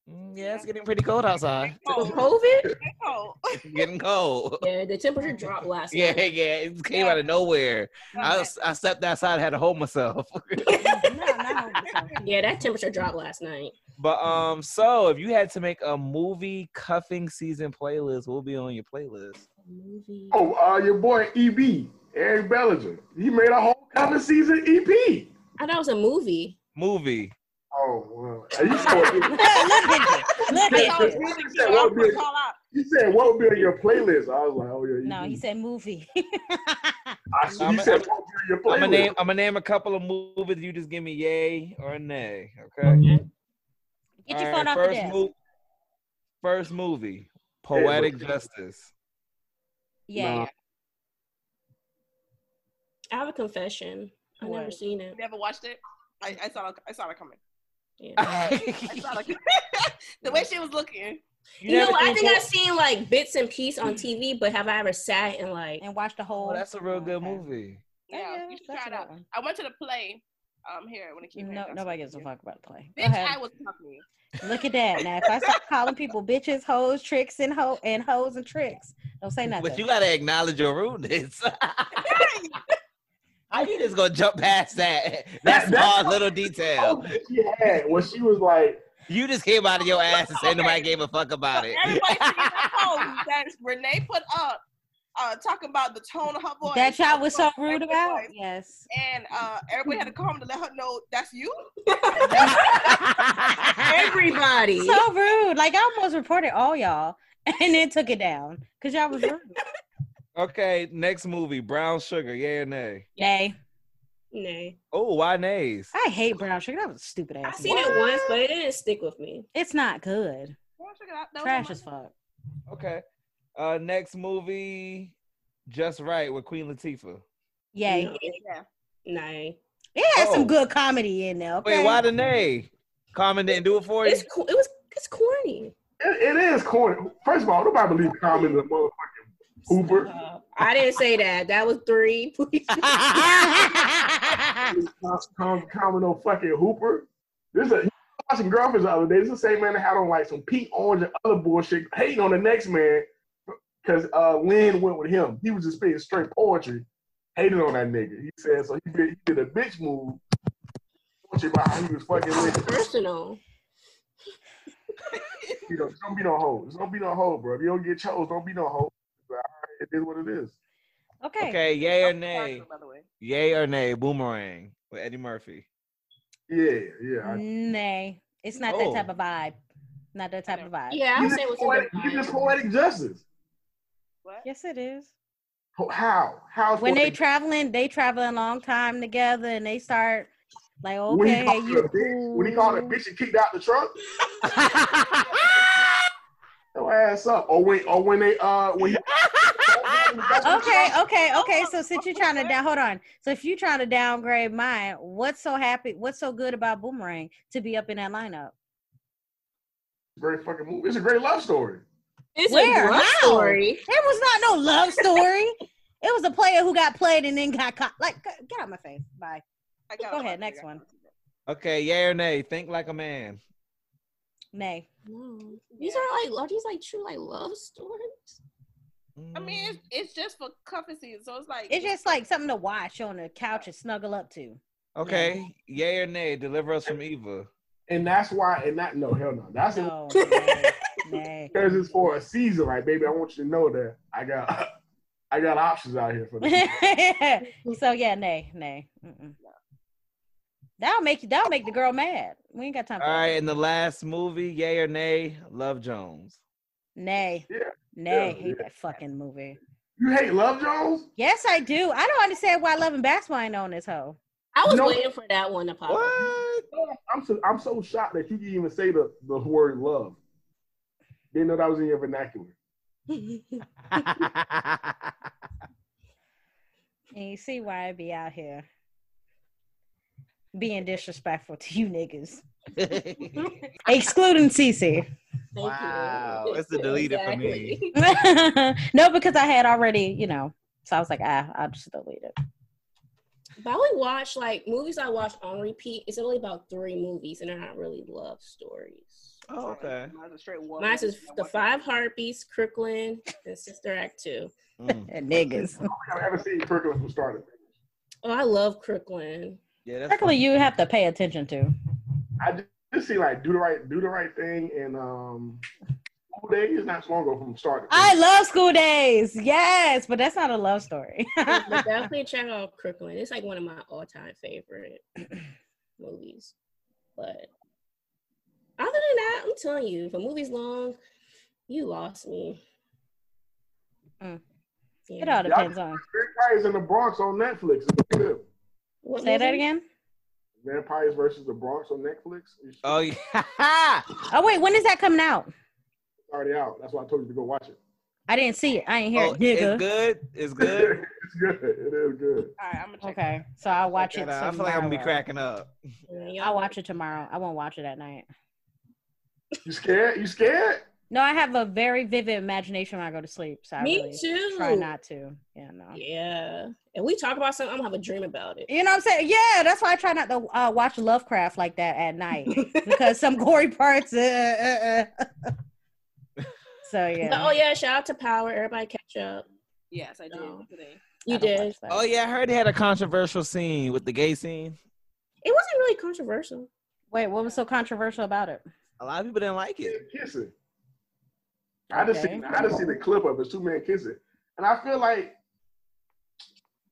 F: Mm, yeah, it's getting pretty cold outside.
E: Oh,
C: COVID.
E: oh.
F: It's getting cold.
C: Yeah, the temperature dropped last.
F: Yeah,
C: night.
F: yeah. It came out of nowhere. I was- I stepped outside, had to hold myself.
B: no, no.
C: Yeah, that temperature dropped last night.
F: but um, so if you had to make a movie cuffing season playlist, we'll be on your playlist.
C: Movie.
G: Oh, uh, your boy EB, Eric Bellinger. He made a whole cover season E EP.
C: I thought it was a movie.
F: Movie.
G: Oh, well. Uh, You said,
B: Look at you. Look at
E: That's all
B: you.
E: it's music.
G: Yeah,
E: I'll
G: what
E: put
G: did-
E: all out.
G: you said, what would be on your playlist? I was like, oh, yeah.
B: No,
G: EB.
B: he said movie.
G: I see,
F: I'm
G: you
F: a-
G: said, what would be on
F: I'm
G: your
F: gonna
G: playlist?
F: name. I'm gonna name a couple of movies. You just give me yay or nay. Okay.
B: Get your
F: All
B: phone off
F: right,
B: the
F: first
B: desk.
F: mo- first movie, Poetic
G: but-
F: Justice.
B: Yeah.
G: Nah.
C: I have a confession. I've never
E: What?
C: seen it.
E: You never watched it? I, I saw I saw it coming.
C: Yeah.
E: I saw it. the way she was looking.
C: You know,
F: never
C: I think
F: Bo-
C: I've seen like bits and piece on TV, but have I ever sat and like?
B: and watch the whole.
F: Oh, that's a real good
B: Okay.
F: movie.
E: Yeah,
B: yeah,
E: you should
B: that's
E: try
B: a
E: it
B: good
E: out.
B: one.
E: I went to the play um here when it came
B: No,
E: out.
B: nobody gives a fuck about the play. Go
E: Bitch, I
B: ahead.
E: was talking.
B: Look at that. Now, if I start calling people bitches, hoes, tricks, and ho and hoes and tricks, don't say nothing.
F: But you gotta acknowledge your rudeness. How you just gonna jump past that? That's small little detail.
G: that Oh, she had when she was like,
F: You just came out of your ass and said nobody gave a fuck about it.
E: Everybody sees the post that Renee put up, uh, talking about the tone of her voice.
B: that y'all was so
E: Her
B: rude
E: voice.
B: about. Yes.
E: And uh, everybody had to call him to let her know that's you.
C: Everybody.
B: So rude. Like I almost reported all y'all, and then took it down because y'all was rude.
F: okay, next movie, Brown Sugar. Yeah, nay.
B: Nay,
C: Nay,
F: Oh, why nays?
B: I hate brown sugar. That was a stupid
C: I
B: ass.
C: seen
B: movie.
C: it once, but it didn't stick with me.
B: It's not good.
E: Well, check it out. That was
B: Trash
E: on
B: as
E: my-
B: fuck.
F: Okay. Uh, next movie, Just Right with Queen Latifah.
B: Yay.
C: No.
E: Yeah.
C: Nay,
B: It had
F: Oh.
B: some good comedy in there. Okay.
F: Wait, why the nay? Carmen didn't do it for you.
C: it's co- it was it's corny.
G: it, it is corny. First of all, nobody believes Common the motherfucking Hooper.
C: Uh, I didn't say that. That was three. Please.
G: Common, Common no fucking Hooper. This is a, he was watching girlfriends the other day. This is the same man that had on like some Pete Orange and other bullshit, hating on the next man because uh, Lynn went with him. He was just spitting straight poetry, hated on that nigga. He said so. He did, he did a bitch move. Poetry about how he was fucking Lynn.
C: Personal.
G: You know, don't be no hoe. Just Don't be no hoe, bro. If you don't get chose, don't be no hoe. But, all right, It is what it is.
B: okay.
F: Okay, yay or
E: That was
F: nay?
E: Carter, by the way.
F: Yay or nay? Boomerang with Eddie Murphy.
G: Yeah, yeah.
C: Mm-hmm.
G: I-
B: Nay, it's not
F: Oh.
B: that type of vibe. Not that type of vibe.
C: Yeah, I
G: You
C: would say it was
G: just, poetic,
C: a
G: you
C: good
G: just
C: vibe.
G: poetic justice.
E: What?
B: Yes, it is.
G: Ho- How? How?
B: When they traveling, they travel a long time together, and they start like,
G: when he
B: okay,
G: called her
B: you
G: a bitch, when he called her a
B: cool.
G: bitch and kicked out the truck, your ass up. Or when, or when they, uh, when he,
B: Okay, okay, okay. So since you're trying to down, hold on. So if you're trying to downgrade mine, what's so happy? What's so good about Boomerang to be up in that lineup?
G: great fucking movie. It's a great love story.
C: It's
B: Where?
C: a drug
B: How?
C: story.
B: It was not no love story. it was a player who got played and then got caught. Like, g- get out my face. Bye.
E: I got
B: Go
E: it.
B: ahead,
E: I
B: next
E: got
B: one.
E: it.
F: okay, yay or nay? Think like a man.
B: Nay.
C: No. These are like are these like true like love stories?
E: I mean,
F: Mm,
E: it's, it's just for cuffing season, so it's like
B: It's just like something to watch on the couch and snuggle up to.
F: okay, yay or nay? Deliver us from evil.
G: And that's why, and that, no, hell no. That's it.
B: No, Oh, nay, nay.
G: Because it's for a season. Like, baby, I want you to know that I got, I got options out here for this.
B: so yeah, nay, nay. Mm-mm. That'll make you. That'll make the girl mad. We ain't got time.
F: All
B: For that.
F: right, and the last movie, yay or nay? Love Jones.
B: Nay,
G: Yeah,
B: nay. I
G: yeah,
B: hate that fucking movie.
G: You hate Love Jones?
B: Yes, I do. I don't understand why Love and Basketball ain't on this hoe.
C: I was
G: No.
C: waiting for that one to pop up.
F: What?
G: I'm so I'm so shocked that you can even say the, the word love. Didn't know that was in your vernacular.
B: And you see why I be out here being disrespectful to you niggas,
F: Mm,
B: excluding Cece.
C: Thank
F: Wow,
C: you.
F: it's a deleted for me.
C: Exactly.
B: no, because I had already, you know. So I was like, ah, I'll just delete it.
C: But I only watch like movies I watch on repeat. It's only about three movies, and they're not really love stories.
F: oh, okay.
E: Mine's a straight one.
C: Mine is The Five Heartbeats, Kirkland, and Sister Act Two.
F: Mm.
B: Niggas.
G: I don't think I've ever seen Kirkland from started.
C: Oh, I love Kirkland.
F: Yeah, that's
B: Particularly, you have to pay attention to.
G: I ju- just see like do the right do the right thing and um school days not so long ago from start. to
B: I
G: finish.
B: love school days. Yes, but that's not a love story.
C: But definitely check out Kirkland. It's like one of my all-time favorite movies. But other than that, I'm telling you, if a movie's long, you lost me.
B: Mm.
C: Yeah.
B: it all depends on.
G: Vampires in the Bronx on Netflix. It's good.
C: What
B: Say that
C: movie?
B: again.
G: Vampires versus the Bronx on Netflix. It's
F: Oh yeah.
B: Oh wait, when is that coming out?
G: already out. That's why I told you to go watch it.
B: I didn't see it. I ain't hear
F: oh,
B: it.
F: it's
B: Nigga.
F: good. It's good.
G: it's good. It is good.
E: All right, I'm gonna check. it.
B: Okay, so I'll watch it.
F: Check that
B: Tomorrow.
F: out. I feel like I'm gonna be cracking up.
C: Yeah, y'all
B: I'll watch it tomorrow. I won't watch it at night.
G: You scared? You scared?
B: No, I have a very vivid imagination when I go to sleep. So I
C: Me
B: really
C: too.
B: try not to. Yeah, no.
C: Yeah. And we talk about something, I'm gonna have a dream about it.
B: You know what I'm saying? Yeah, that's why I try not to uh, watch Lovecraft like that at night because some gory parts. Uh, uh, uh. so
C: But, oh
B: yeah.
C: yeah, shout out to Power. Everybody catch up.
E: Yes, I did
C: No.
E: today.
C: You
B: I don't
C: did.
B: watch that.
F: Oh yeah, I heard they had a controversial scene with the gay scene.
C: It wasn't really controversial.
B: Wait, what was so controversial about it?
F: A lot of people didn't like it.
G: kissing. I just
B: Okay.
G: seen I just seen the clip of it, two men kissing, and I feel like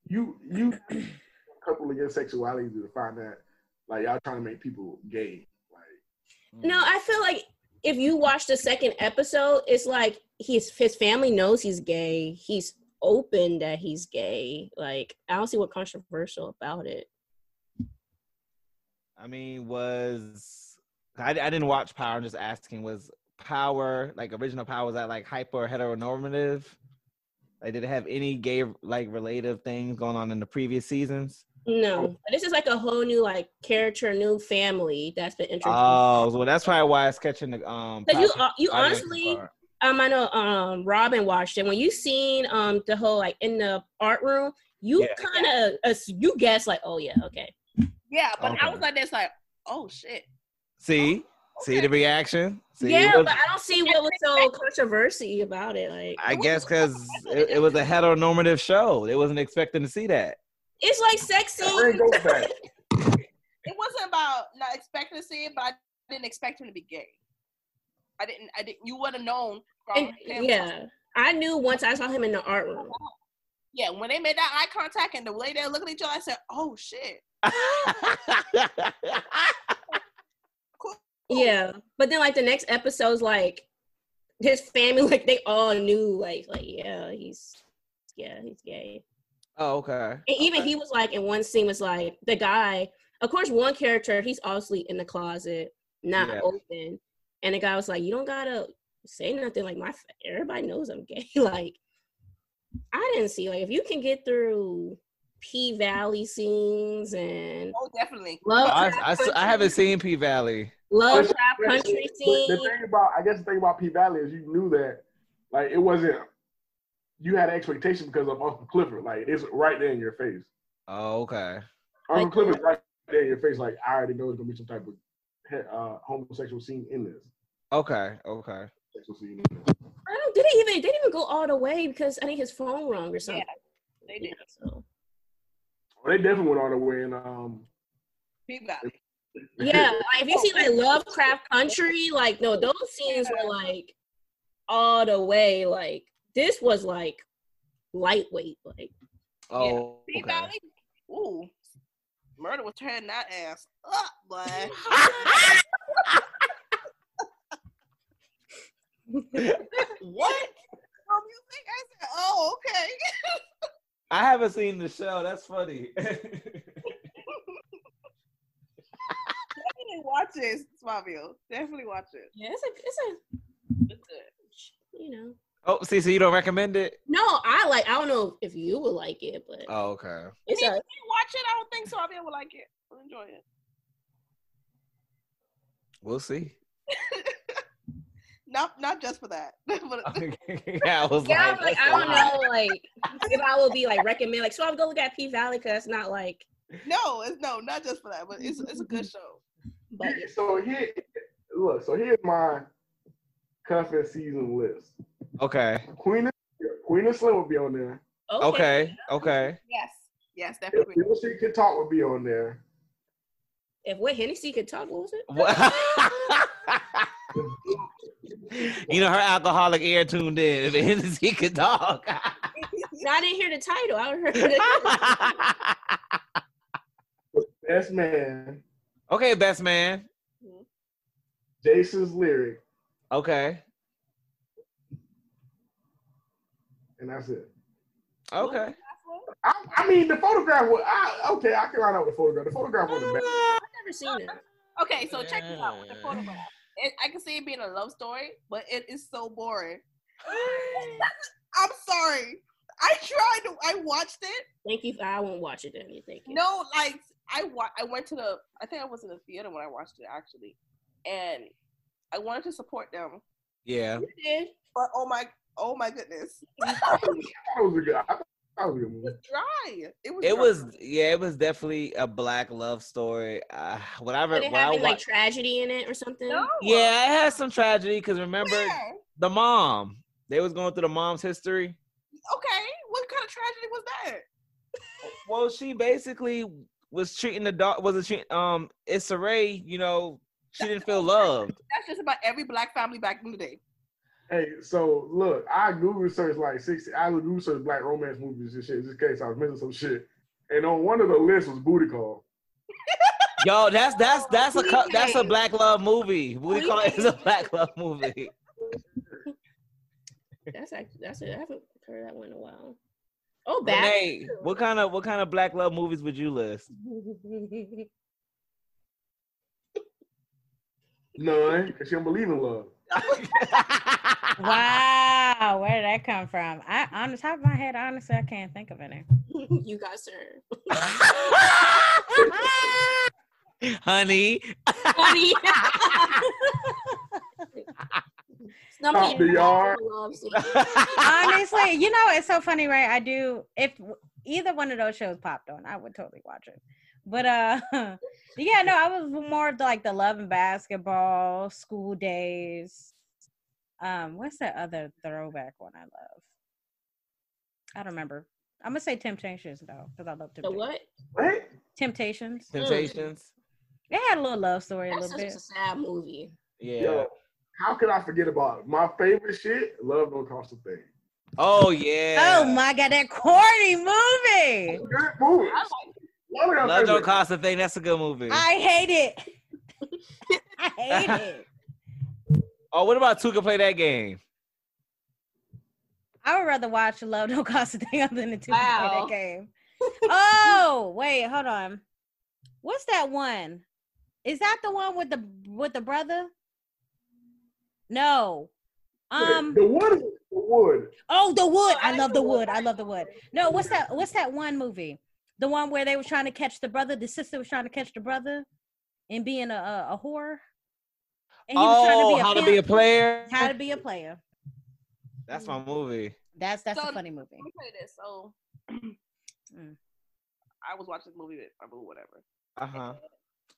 G: you you a couple of your sexualities to find that like y'all trying to make people gay. Like
C: No, I feel like if you watch the second episode, it's like his his family knows he's gay. He's open that he's gay. Like I don't see what controversial about it.
F: I mean, was I, I didn't watch Power. I'm just asking, was Power like original Power was that like hyper heteronormative? Like, did it have any gay like related things going on in the previous seasons? Oh.
C: No, this is like a whole new like character, new family that's been introduced.
F: Oh, well, that's probably why it's catching the um.
C: But you,
F: popular-
C: uh, you
F: audience
C: honestly,
F: part.
C: um, I know um Robin watched it. When you seen um the whole like in the art room, you
F: Yeah.
C: kind of uh, you guess like, oh yeah, okay.
E: Yeah, but
F: Okay.
E: I was like this, like, oh shit.
F: see, see
E: okay.
F: the reaction. See,
C: yeah,
F: it was-
C: but I don't see what was so controversy about it. Like,
F: I guess because it, it was a heteronormative show. They wasn't expecting to see that.
C: it's like sexy.
G: Ray goes back.
E: It wasn't about not expecting to see it, but I didn't expect him to be gay. I didn't. I didn't. You would have known. From
C: And-
E: him.
C: yeah, I knew once I saw him in the art room.
E: Yeah. When they made that eye contact and the way they looked at each other, I said, "Oh shit."
C: Yeah, but then like the next episode's like his family, like they all knew, like like yeah, he's yeah, he's gay.
F: oh, okay.
C: And even he was like in one scene was like the guy. Of course, one character he's obviously in the closet, not
F: Yeah.
C: open, and the guy was like, "You don't gotta say nothing. Like my f- everybody knows I'm gay. like I didn't see like if you can get through P Valley scenes and
E: Oh, definitely.
C: love,
F: I,
C: Trap
F: I s- I
C: Country-
F: haven't seen P Valley.
C: love
G: But-
C: Trap
G: but
C: Country
G: The
C: scene.
G: thing about I guess the thing about P Valley is you knew that like it wasn't you had expectation because of Uncle Clifford. Like it's right there in your face.
F: Oh, okay.
G: Uncle
C: Like-
G: Clifford's right there in your face. Like I already know there's gonna be some type of he- uh, homosexual scene in this.
F: Okay. Okay.
G: Sexual scene in this.
C: I don't. Did he even? They didn't even go all the way because I think his phone rung or something.
E: They did.
C: so.
G: Well, they definitely went all the way in. Um,
E: People got it.
C: Yeah, like if you see like Lovecraft Country, like no, those scenes were like all the way. Like this was like lightweight. Like
F: Oh.
E: P
F: Okay.
E: Valley. Ooh. Murder was turning that ass up, boy. what? Um, you think I said, oh, okay.
F: I haven't seen the show. That's funny.
E: Definitely watch it, Swabio. Definitely watch it.
C: yeah, it's a, it's a,
E: It's good.
C: you know.
F: oh, see, so you don't recommend it?
C: No, I like. I don't know if you would like it, but
F: Oh, okay.
C: it's a.
E: You watch it, I don't think Swabio will like it. I'll enjoy it.
F: We'll see.
E: Not not just for that. but
F: yeah, I was
C: Yeah, like
F: like, that's
C: I
F: a
C: don't
F: lot.
C: know, like if I would be like recommend, like so I'm gonna look at P Valley because it's not like,
E: no, it's no, not just for that. But it's it's a good show.
C: but
G: so here, look. So here's my cuffing season list.
F: Okay.
G: Queen, of, Queen of Slim will be on there.
F: Okay. Okay.
E: Yes. Yes,
G: If
E: definitely.
G: Little She Can Talk will be on there.
C: If what Hennessy could talk, what was it?
F: What- you know, her alcoholic ear tuned in. If Hennessy could talk.
C: No, I didn't hear the title. I heard the
G: Best Man,
F: okay, best man.
G: Jason's Lyric,
F: Okay.
G: and that's it.
F: Okay.
G: I, I mean, the photograph. Was, I, okay, I can line up the photograph. The photograph was the best.
C: I've never seen it.
E: Okay, so check it out with the photograph. It, I can see it being a love story, but it is so boring. I'm sorry. I tried to. I watched it.
C: Thank you. I won't watch it then. You think?
E: No, like I wa- I went to the. I think I was in the theater when I watched it actually, and I wanted to support them
F: Yeah.
C: You did.
E: But oh my, oh my goodness,
G: That was a good. I thought that was a good
E: it
G: movie.
E: was dry. It was.
F: It
E: dry.
F: was yeah, it was definitely a black love story. Uh, when I re-
C: Did it
F: when I
C: have any,
F: wa-
C: like tragedy in it or something?
E: No.
F: yeah, it had some tragedy because remember
E: Yeah.
F: the mom. They was going through the mom's history.
E: Okay. What kind of tragedy was that?
F: Well, she basically was treating the dog. Was a treat- um Issa Rae. You know, she didn't feel loved.
E: That's just about every black family back in the day.
G: Hey, so look, I Google searched like sixty. I Google searched black romance movies and shit. Just in case I was missing some shit. And on one of the lists was Booty Call.
F: Yo, that's that's that's a co- that's a
E: Booty
F: black love movie. Booty Call is a black love movie.
C: That's actually that's it. I haven't heard that one in a while. Oh, bad.
F: Renee, what kind of what kind of black love movies would you list?
G: None, because she don't believe in love.
B: Wow, where did that come from? I on the top of my head, honestly, I can't think of any.
C: you got served.
B: Mm.
F: Honey,
C: Funny. Some
G: Stop
C: people
G: the yard.
C: love seeing-
B: honestly, you know, it's so funny, right? I do if either one of those shows popped on, I would totally watch it. But uh yeah, no, I was more of like the love and basketball, school days. Um, what's that other throwback one I love? I don't remember. I'm gonna say Temptations though, because I love
C: The
B: Temptations.
C: what?
G: What?
B: Temptations.
F: Temptations.
B: It had a little love story, a
C: That's
B: little
C: such
B: bit.
C: a sad movie.
F: Yeah.
G: Yo, how could I forget about it? my favorite shit? Love don't cost a thing.
F: Oh yeah.
B: Oh my god, that corny movie!
G: Good movie.
E: I
G: One of
F: Love
G: them
F: don't
G: favorite.
F: cost a thing. That's a good movie.
B: I hate it. I hate it.
F: oh, what about two can play that game?
B: I would rather watch Love Don't Cost a Thing other than the two wow.
C: Wow.
B: that game. Oh wait, hold on. What's that one? Is that the one with the with the brother? No. Um.
G: the wood, the wood.
B: Oh, the wood. I love the wood. I love the wood. No, what's that? What's that one movie? The one where they were trying to catch the brother. The sister was trying to catch the brother, and being a a, a whore. And
F: Oh, how to be a
B: pimp.
F: player.
B: How to be a player.
F: That's my movie.
B: That's that's
E: So-
B: a funny movie.
E: Let me play this. So,
B: Mm.
E: I was watching this movie with my boo, whatever.
F: Uh huh.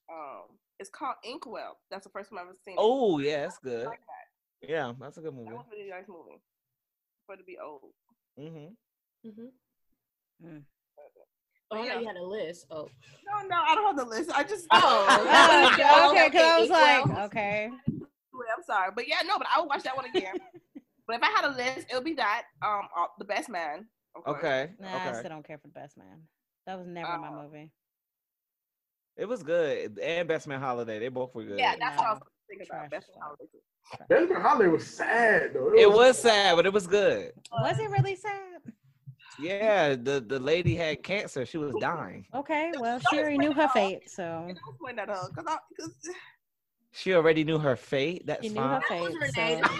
E: Um, it's called Inkwell. That's the first time I've ever seen. it.
F: Oh yeah, that's good.
E: Like that.
F: Yeah, that's a good movie.
E: That was a really nice movie. For it to be old.
F: Mm-hmm.
C: Mm-hmm.
B: Mm.
C: Oh, I thought you had a list. Oh,
E: No, no, I don't have the list. I just
B: Oh,
C: Oh,
B: okay, okay,
C: okay,
B: because I was
C: equal.
B: like, okay.
E: Wait, I'm sorry, but yeah, no, but I would watch that one again. but if I had a list, it would be that um, uh, the best man. of course.
F: Okay.
B: Nah, I
F: okay.
B: still don't care for the best man. That was never my
E: Oh.
B: movie.
F: It was good. And Best Man Holiday. They both were good.
E: Yeah, that's what I was thinking
B: Trash
E: about. Best
B: as
E: man.
B: well.
E: Holiday.
G: Desmond Holiday was sad though.
F: It was sad, but it was good.
B: Was it really sad?
F: Yeah, the, the lady had cancer. She was dying.
B: Okay, well,
E: That
B: she
E: was
B: already knew her
E: pretty
B: fate, so
E: And I was pointing that out because I, cause
F: She already knew her fate. That's
B: she knew her
F: fine.
C: that was
B: fate.
C: Renee.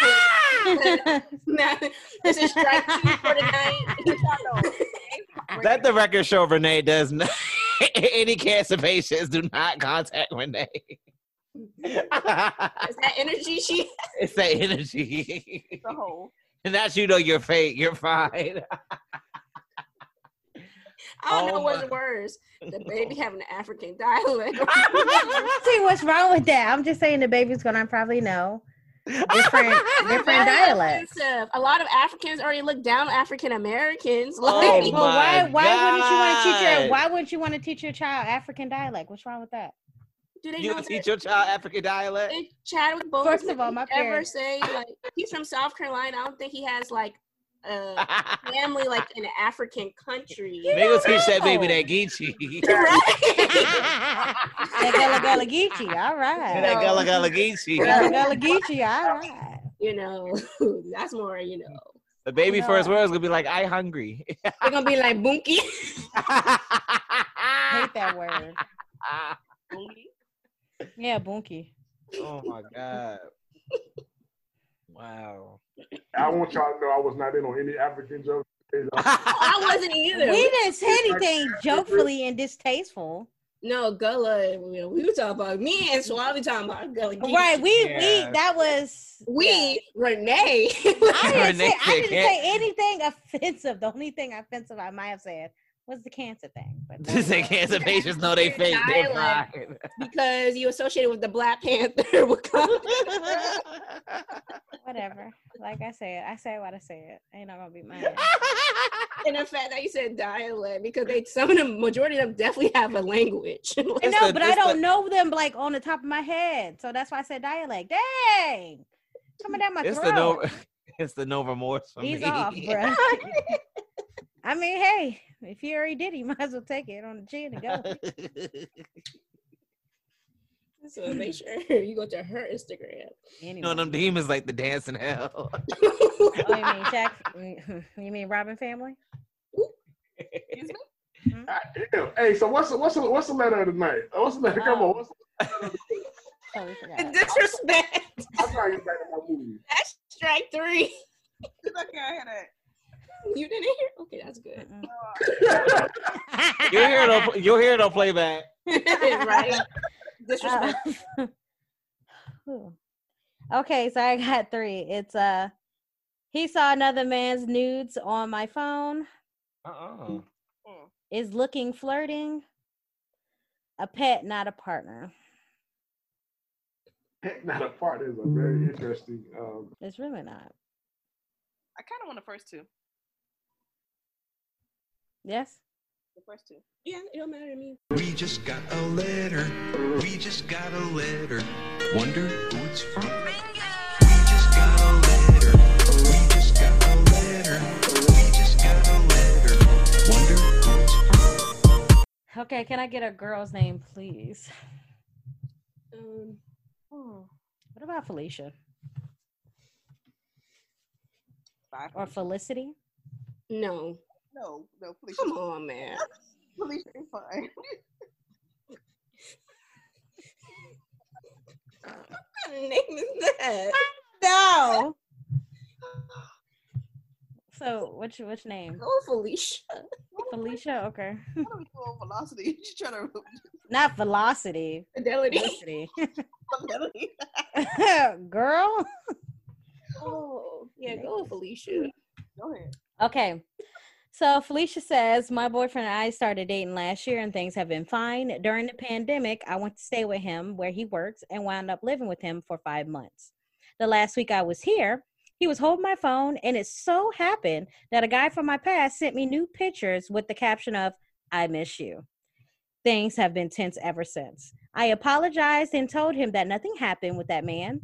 B: so-
C: Nah, this is strike two for the
F: Let the record show Renee does not. Any cancer patients do not contact Renee.
C: night. Is that energy she?
F: it's that energy.
E: the whole.
F: and that's you know your fate. You're fine.
C: I don't
F: Oh
C: know what's
F: my-
C: worse. The baby having an African dialect.
B: See what's wrong with that? I'm just saying the baby's gonna probably know different different dialects.
C: Offensive. A lot of Africans already look down on African Americans.
F: Oh
B: well,
C: Like,
F: my
B: why why wouldn't you want to teach
F: God.
B: your Why wouldn't you want to teach your child African dialect? What's wrong with that?
C: do they
F: you
C: know
F: can teach
C: that?
F: your child African dialect.
C: Did Chadwick Boseman
B: First of all, my
C: ever
B: parents-
C: say like he's from South Carolina? I don't think he has like a family like in an African country.
F: Niggas teach that baby
B: know.
F: that Geechee.
C: Right?
B: That Gullah Gullah Geechee, all right.
F: that Gullah Gullah Geechee.
B: Gullah Gullah Geechee, all right.
C: you know, that's more. You know,
F: The baby
B: No.
F: first words gonna be like, "I hungry."
C: they're gonna be like Bunky.
B: hate that word.
E: Booty.
B: Yeah, bunky.
F: oh my god! Wow.
G: I want y'all to know I was not in on any African jokes.
C: I wasn't either.
B: We didn't say anything jokefully and distasteful.
C: no, Gullah. You know, we were talking about me and Suave talking about Gullah. Geechee.
B: Right. We we
F: Yeah.
B: that was
C: We, Renee.
B: I didn't, say, I
F: Renee
B: didn't
F: said
B: say anything offensive. The only thing offensive I might have said was the cancer thing. But
F: This ain't cancer patients know they fake. They're
C: Dialect.
F: lying.
C: because you associated with the Black Panther. would come.
B: whatever. Like I said, I said what I said. Ain't not gonna be mad.
C: and the fact that you said dialect because they some of them majority of them definitely have a language.
B: And
C: Like,
F: It's
B: no,
F: the-
B: but I
F: it's the-
B: don't know them like on the top of my head, so that's why I said dialect. Dang, coming down my
F: It's the
B: throat.
F: no. It's the no remorse for
B: He's
F: me.
B: off, bro. I mean, hey, if you already did, it, you might as well take it on the chin and go.
C: so make sure you go to her Instagram.
F: you
B: Anyway,
F: know them demons like the dance in hell.
B: oh, you mean Jack? You mean Robin family?
G: God damn. Hey, so what's the, what's the, what's the letter of the night? Oh, What's the letter? Come on. What's the,
B: Totally forgot.
C: The disrespect.
G: I'm trying to get back to my movie.
C: That's strike three.
E: Okay, I hear that.
C: You didn't hear? Okay, that's good.
B: Mm-mm.
F: You'll hear it. On, you'll hear it on playback.
C: right? Disrespect.
B: Uh, whew. okay, so I got three. It's uh he saw another man's nudes on my phone,
F: Uh-uh.
E: mm,
B: is looking flirting, a pet, not a partner.
G: Heck, not a part is a very
F: Mm.
G: interesting. Um,
B: It's really not.
E: I kind of want the first two.
B: Yes?
E: The first two.
C: yeah, it don't matter to me.
H: We just got a letter. We just got a letter. Wonder who it's from. We just got a letter. We just got a letter. We just got a letter. Wonder who it's from.
B: Okay, can I get a girl's name, please?
C: Um,
B: What about Felicia?
E: Five.
C: Oh,
B: Or Felicity?
C: no.
E: No, no, please.
C: Come on, man.
E: Police is fine.
C: What kind of name is that?
B: No. So which which name?
C: Oh, Felicia.
B: Felicia? Okay.
E: What are we doing velocity? You trying to
B: Not velocity.
C: Fidelity.
B: Felicity.
E: fidelity?
B: Girl.
C: Oh, yeah, go with Felicia.
E: Go ahead.
B: Okay. So Felicia says, My boyfriend and I started dating last year and things have been fine. During the pandemic, I went to stay with him where he works and wound up living with him for five months. The last week I was here, he was holding my phone, and it so happened that a guy from my past sent me new pictures with the caption of, I miss you. Things have been tense ever since. I apologized and told him that nothing happened with that man,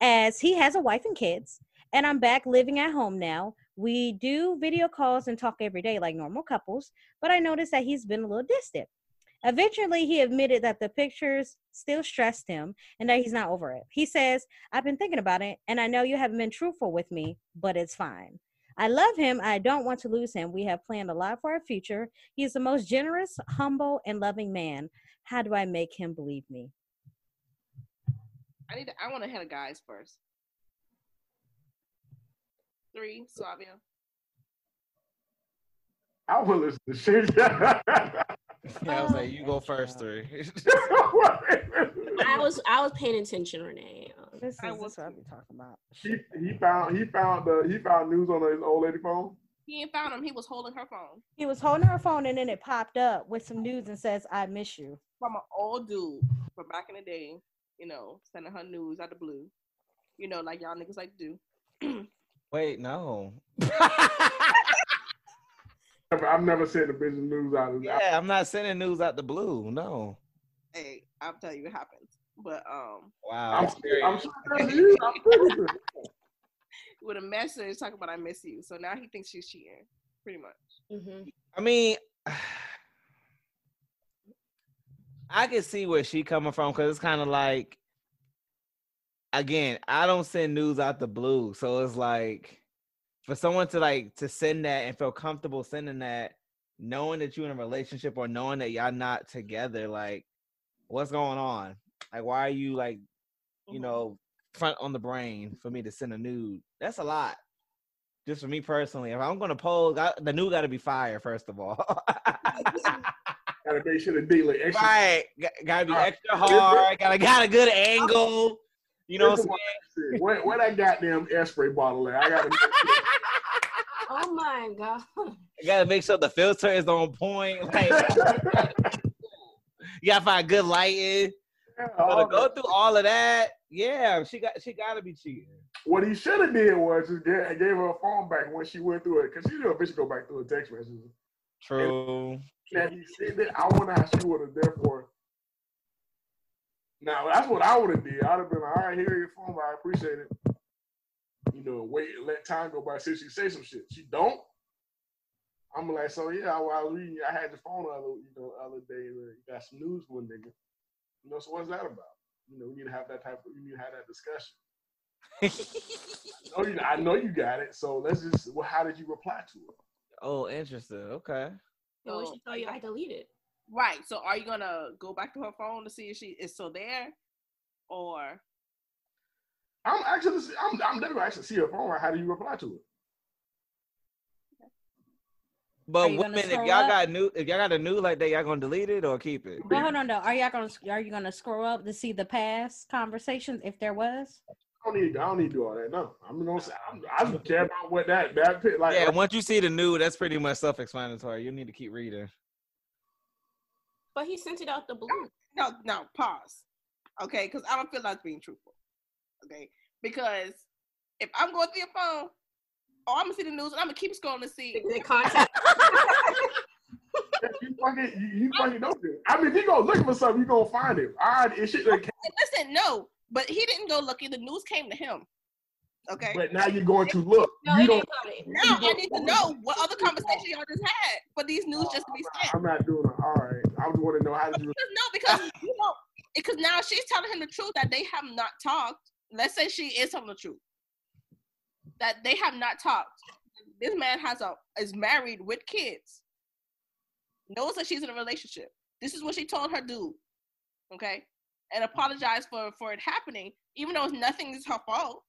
B: as he has a wife and kids, and I'm back living at home now. We do video calls and talk every day like normal couples, but I noticed that he's been a little distant. Eventually, he admitted that the pictures still stressed him and that he's not over it. He says, I've been thinking about it, and I know you haven't been truthful with me, but it's fine. I love him. I don't want to lose him. We have planned a lot for our future. He is the most generous, humble, and loving man. How do I make him believe me?
E: I need. To, I want to hear the guys first. Three, Slavia.
G: I will listen to shit.
F: Yeah, I was like, you
B: Oh,
F: go first three.
C: I was I was paying attention, Renee. Um,
B: This is,
E: I
B: this
E: will
B: what I've been talking about.
G: he, he found he found uh, he found news on his old lady phone.
E: He ain't found him. He was holding her phone
B: He was holding her phone, and then it popped up with some news and says, I miss you.
E: from an old dude from back in the day. You know, sending her news out the blue. You know, like y'all niggas like to do.
F: Wait, no.
G: I've, I've never seen the business news out of
F: yeah, I'm not sending news out the blue. No.
E: hey, I'll tell you what happens. But um,
F: Wow.
G: I'm,
F: I'm
G: I'm
F: serious.
G: sure that's you. I'm sure that's you.
E: with a message talking about I miss you. So now he thinks she's cheating, pretty much.
C: mhm.
F: I mean, I can see where she coming from because it's kind of like, again, I don't send news out the blue, so it's like for someone to like to send that and feel comfortable sending that, knowing that you're in a relationship or knowing that y'all not together, like what's going on? Like, why are you like, you
E: Mhm.
F: know, front on the brain for me to send a nude? That's a lot just for me personally, if I'm gonna pose, I, the new gotta be fire first of all.
G: Gotta make sure the dealer extra.
F: right, G- gotta be
G: Alright.
F: extra hard. Gotta got a good angle. You know what I'm
G: Listen,
F: saying?
G: Shit, Where, where that goddamn airspray bottle at? I got to
C: Oh my god.
F: You gotta make sure the filter is on point. Like, you gotta find good lighting.
G: Oh,
F: So to go through all of that, yeah, she got she gotta be cheating.
G: What he should have did was just gave, gave her a phone back when she went through it, because she knew a bitch go back through a text message.
F: True.
G: Now he said that I wonder how she would have therefore. Now that's what I would have did. I'd have been like, all right, here your phone, back. I appreciate it. You know, wait, let time go by. Since she say some shit, she don't. I'm like, so yeah, I, was reading. I had the phone the other, you know, other day. and You got some news, one nigga. You know, so what's that about? You know, we need to have that type of. We need to have that discussion. I know you, I know you got it. So let's just. Well, how did you reply to it?
F: Oh, interesting. Okay.
C: So
E: So-
C: she told you I deleted.
E: Right. So are you gonna go back to her phone to see if she is still there, or
G: I'm actually, I'm, I'm never actually see her phone. Like, how do you reply to it?
B: Are
F: But
B: you gonna
F: women, if
B: scroll
F: y'all
B: up?
F: got new, if y'all got a new like that, y'all gonna delete it or keep it?
B: But hold on though, are y'all gonna are you gonna scroll up to see the past conversations if there was?
G: I don't need, I don't need to do all that. No, I'm gonna say, I'm, I don't care about what that that pit like.
F: yeah, once you see the new, that's pretty much self-explanatory. You need to keep reading.
C: But he sent it out the blue.
E: no? No. Pause. Okay, because I don't feel like being truthful. Okay, because if I'm going through your phone, oh, I'm gonna see the news and I'm gonna keep scrolling to see.
C: The contact.
G: you fucking, you, you fucking know this. I mean, if you go looking for something, you gonna find it. I it shit that came,
E: Listen, no, but he didn't go looking. The news came to him. Okay.
G: but now you're going to look.
C: No,
G: you
C: it
G: don't.
C: didn't come in.
E: now I need to know what other conversation y'all just had for these news just to be sent.
G: I'm not doing it. All right, I just want to know how did you.
E: Because no, because you know, because now she's telling him the truth that they have not talked. Let's say she is telling the truth that they have not talked. This man has a is married with kids. Knows that she's in a relationship. This is what she told her dude. Okay, and apologized for for it happening, even though it's nothing is her fault.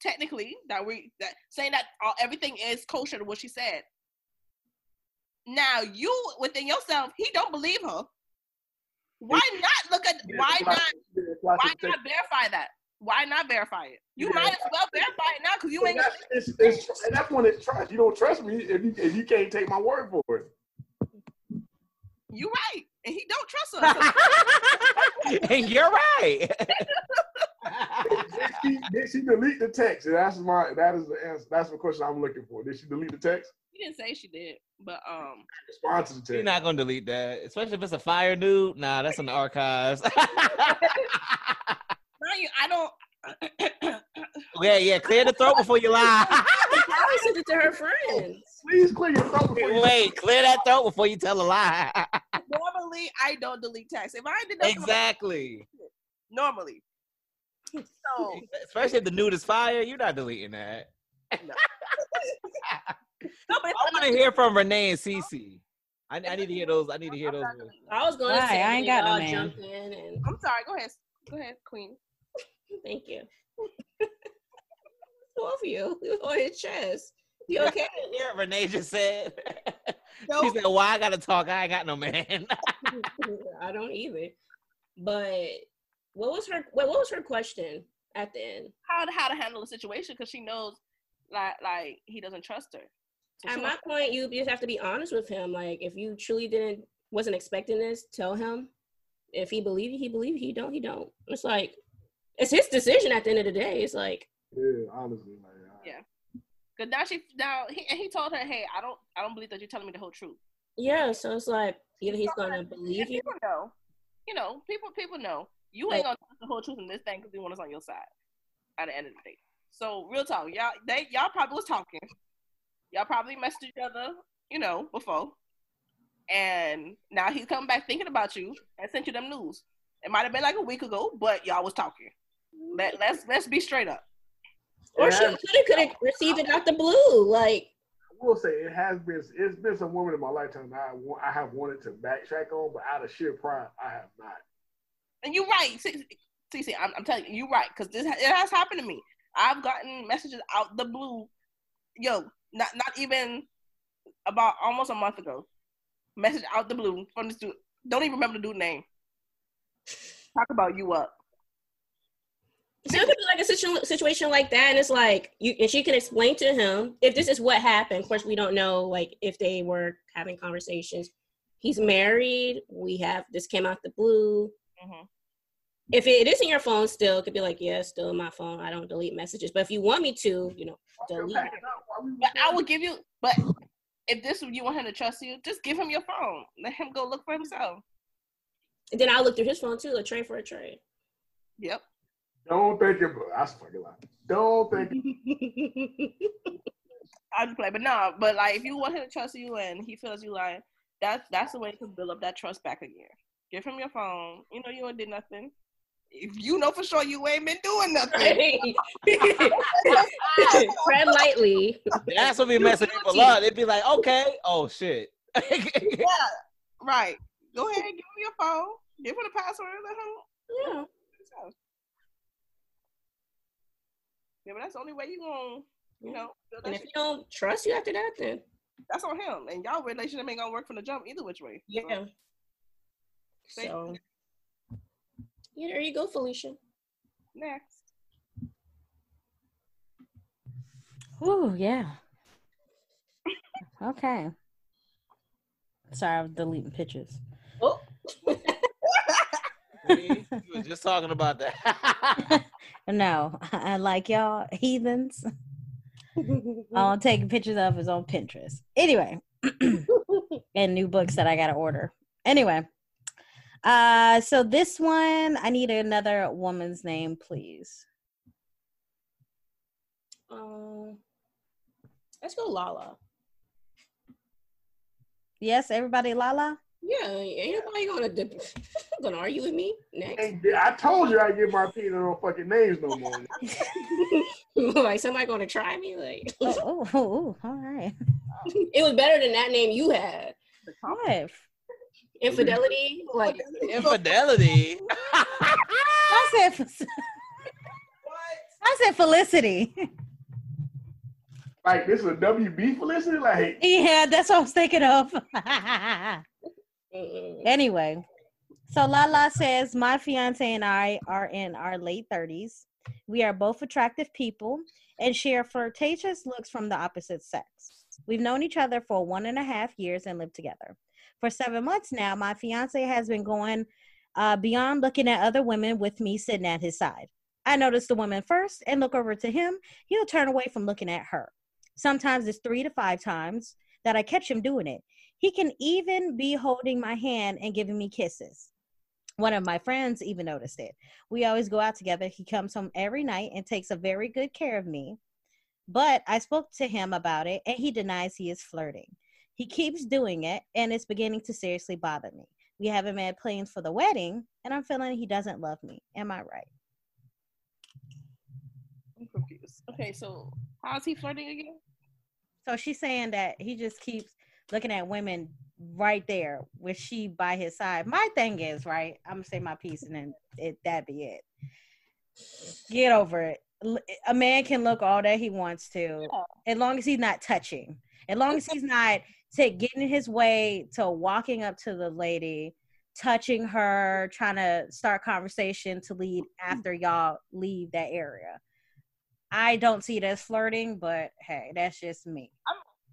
E: Technically, that we that saying that all, everything is kosher to what she said. Now you within yourself, he don't believe her. Why not look at why not
G: Why
E: why not verify that? Why not verify it? You might as well verify it now because you ain't.
G: That's, it's, it's, and that's when it's trust. You don't trust me if you, if you can't take my word for it.
E: You right, and he don't trust us.
F: and you're right.
G: Did she, did she delete the text? And that's my that is the answer. That's the question I'm looking for. Did she delete the text?
E: he didn't say she did, but um,
G: Respond to the
F: You're
G: text.
F: not gonna delete that, especially if it's a fire dude. Nah, that's in the archives.
E: mind you, I don't.
F: yeah, yeah. Clear the throat before you lie.
C: She probably sent it to her friends.
G: Please clear your throat before you.
F: Wait, clear that throat before you tell a lie.
E: normally, I don't delete text. If I did not
F: exactly.
E: normally, so
F: Especially if the nude is fire, you're not deleting that.
E: no, but it's
F: I want to hear from Renee and Cece. I, I need to hear those. I need to hear those. voices.
C: I was going
B: Why?
C: to say
B: I ain't got no
C: y'all
B: man.
C: jumped in and
E: I'm sorry. Go ahead, go ahead, Queen.
C: thank you. Four of you on your chest. You okay?
F: Yeah, Renee just said.
E: No.
F: She said, "Why I gotta talk? I ain't got no man."
C: I don't either. But what was her what, what was her question at the end?
E: How to how to handle the situation because she knows like like he doesn't trust her. So she
C: At my
E: wants-
C: point, you just have to be honest with him. Like if you truly didn't wasn't expecting this, tell him. If he believe you, he believe you. He don't, he don't. It's like it's his decision at the end of the day. It's like
G: Yeah, honestly, like, I-
E: Yeah. Cause now she now he and he told her, hey, I don't I don't believe that you're telling me the whole truth.
C: yeah, so it's like either he's gonna
E: And
C: believe you.
E: people know, you know, people people know you ain't gonna tell us the whole truth in this thing because you want us on your side at the end of the day. So real talk, y'all they y'all probably was talking, y'all probably messed each other, you know, before, and now he's coming back thinking about you and sent you them news. It might have been like a week ago, but y'all was talking. Let let's let's be straight up.
C: Or
G: It
C: she
G: has-
C: could have received it out the blue. Like
G: I will say it has been. It's been some women in my lifetime that I, wa- I have wanted to backtrack on, but out of sheer pride, I have not.
E: And you're right. See, see, see, I'm, I'm telling you, you're right because this it has happened to me. I've gotten messages out the blue, yo, not not even about almost a month ago. Message out the blue from this dude. Don't even remember the dude name. Talk about you up.
C: So it could be like a situ- situation like that, and it's like you and she can explain to him if this is what happened. Of course, we don't know like if they were having conversations. He's married. We have this came out the blue.
E: Mhm.
C: If it is in your phone still, it could be like, yeah, it's still in my phone. I don't delete messages, but if you want me to, you know, delete. it.
E: But I will give you. But if this you want him to trust you, just give him your phone. Let him go look for himself.
C: And then I look through his phone too, a tray for a tray.
E: Yep.
G: Don't think about. That's fucking lie. Don't think.
E: I'll just play. But no. But like, if you want him to trust you and he feels you lying, that's that's the way to build up that trust back again. Give him your phone. You know you ain't did nothing. If you know for sure you ain't been doing nothing.
C: Tread lightly.
F: That's what be messing people up. They'd be like, okay, oh shit.
E: yeah. Right. Go ahead. Give him your phone. Give him the password. Let him
C: Yeah.
E: themselves. Yeah, but that's the only way you gonna, you know, build that
C: And if
E: shit.
C: you don't trust you after that, then
E: that's on him. And y'all relationship ain't gonna work from the jump either which way. So,
C: yeah.
E: Thank
C: So yeah, there you go, Felicia.
E: next.
B: Ooh, yeah. Okay. Sorry, I was deleting pictures.
C: Oh,
F: See, we were just talking about that.
B: No, I like y'all heathens. All I'm taking pictures of is on Pinterest. Anyway, and new books that I gotta order. Anyway, uh, so this one I need another woman's name, please.
C: um, let's go, Lala.
B: Yes, everybody, Lala.
C: Yeah, ain't nobody gonna dip- gonna argue with me next.
G: Ain't- I told you I give my opinion on fucking names no more.
C: like somebody gonna try me. Like
B: Oh, oh, oh, oh, all right.
C: it was better than that name you had.
B: What?
C: Infidelity, like
F: Infidelity.
B: I said. I said Felicity.
G: Like this is a WB Felicity. Like
B: yeah, that's what I was thinking of.
C: mm-mm.
B: Anyway, so Lala says, My fiance and I are in our late 30s. We are both attractive people and share flirtatious looks from the opposite sex. We've known each other for one and a half years and lived together. For seven months now, my fiance has been going uh, beyond looking at other women with me sitting at his side. I notice the woman first and look over to him. He'll turn away from looking at her. Sometimes it's three to five times that I catch him doing it. He can even be holding my hand and giving me kisses. One of my friends even noticed it. We always go out together. He comes home every night and takes a very good care of me. But I spoke to him about it and he denies he is flirting. He keeps doing it and it's beginning to seriously bother me. We haven't made plans for the wedding and I'm feeling he doesn't love me. Am I right?
E: I'm confused. Okay, so how's he flirting again?
B: So she's saying that he just keeps looking at women right there with she by his side. My thing is, right? I'm gonna say my piece and then it that be it. Get over it. L- A man can look all that he wants to, as long as he's not touching. As long as he's not to getting in his way to walking up to the lady, touching her, trying to start conversation to lead after y'all leave that area. I don't see it as flirting, but hey, that's just me.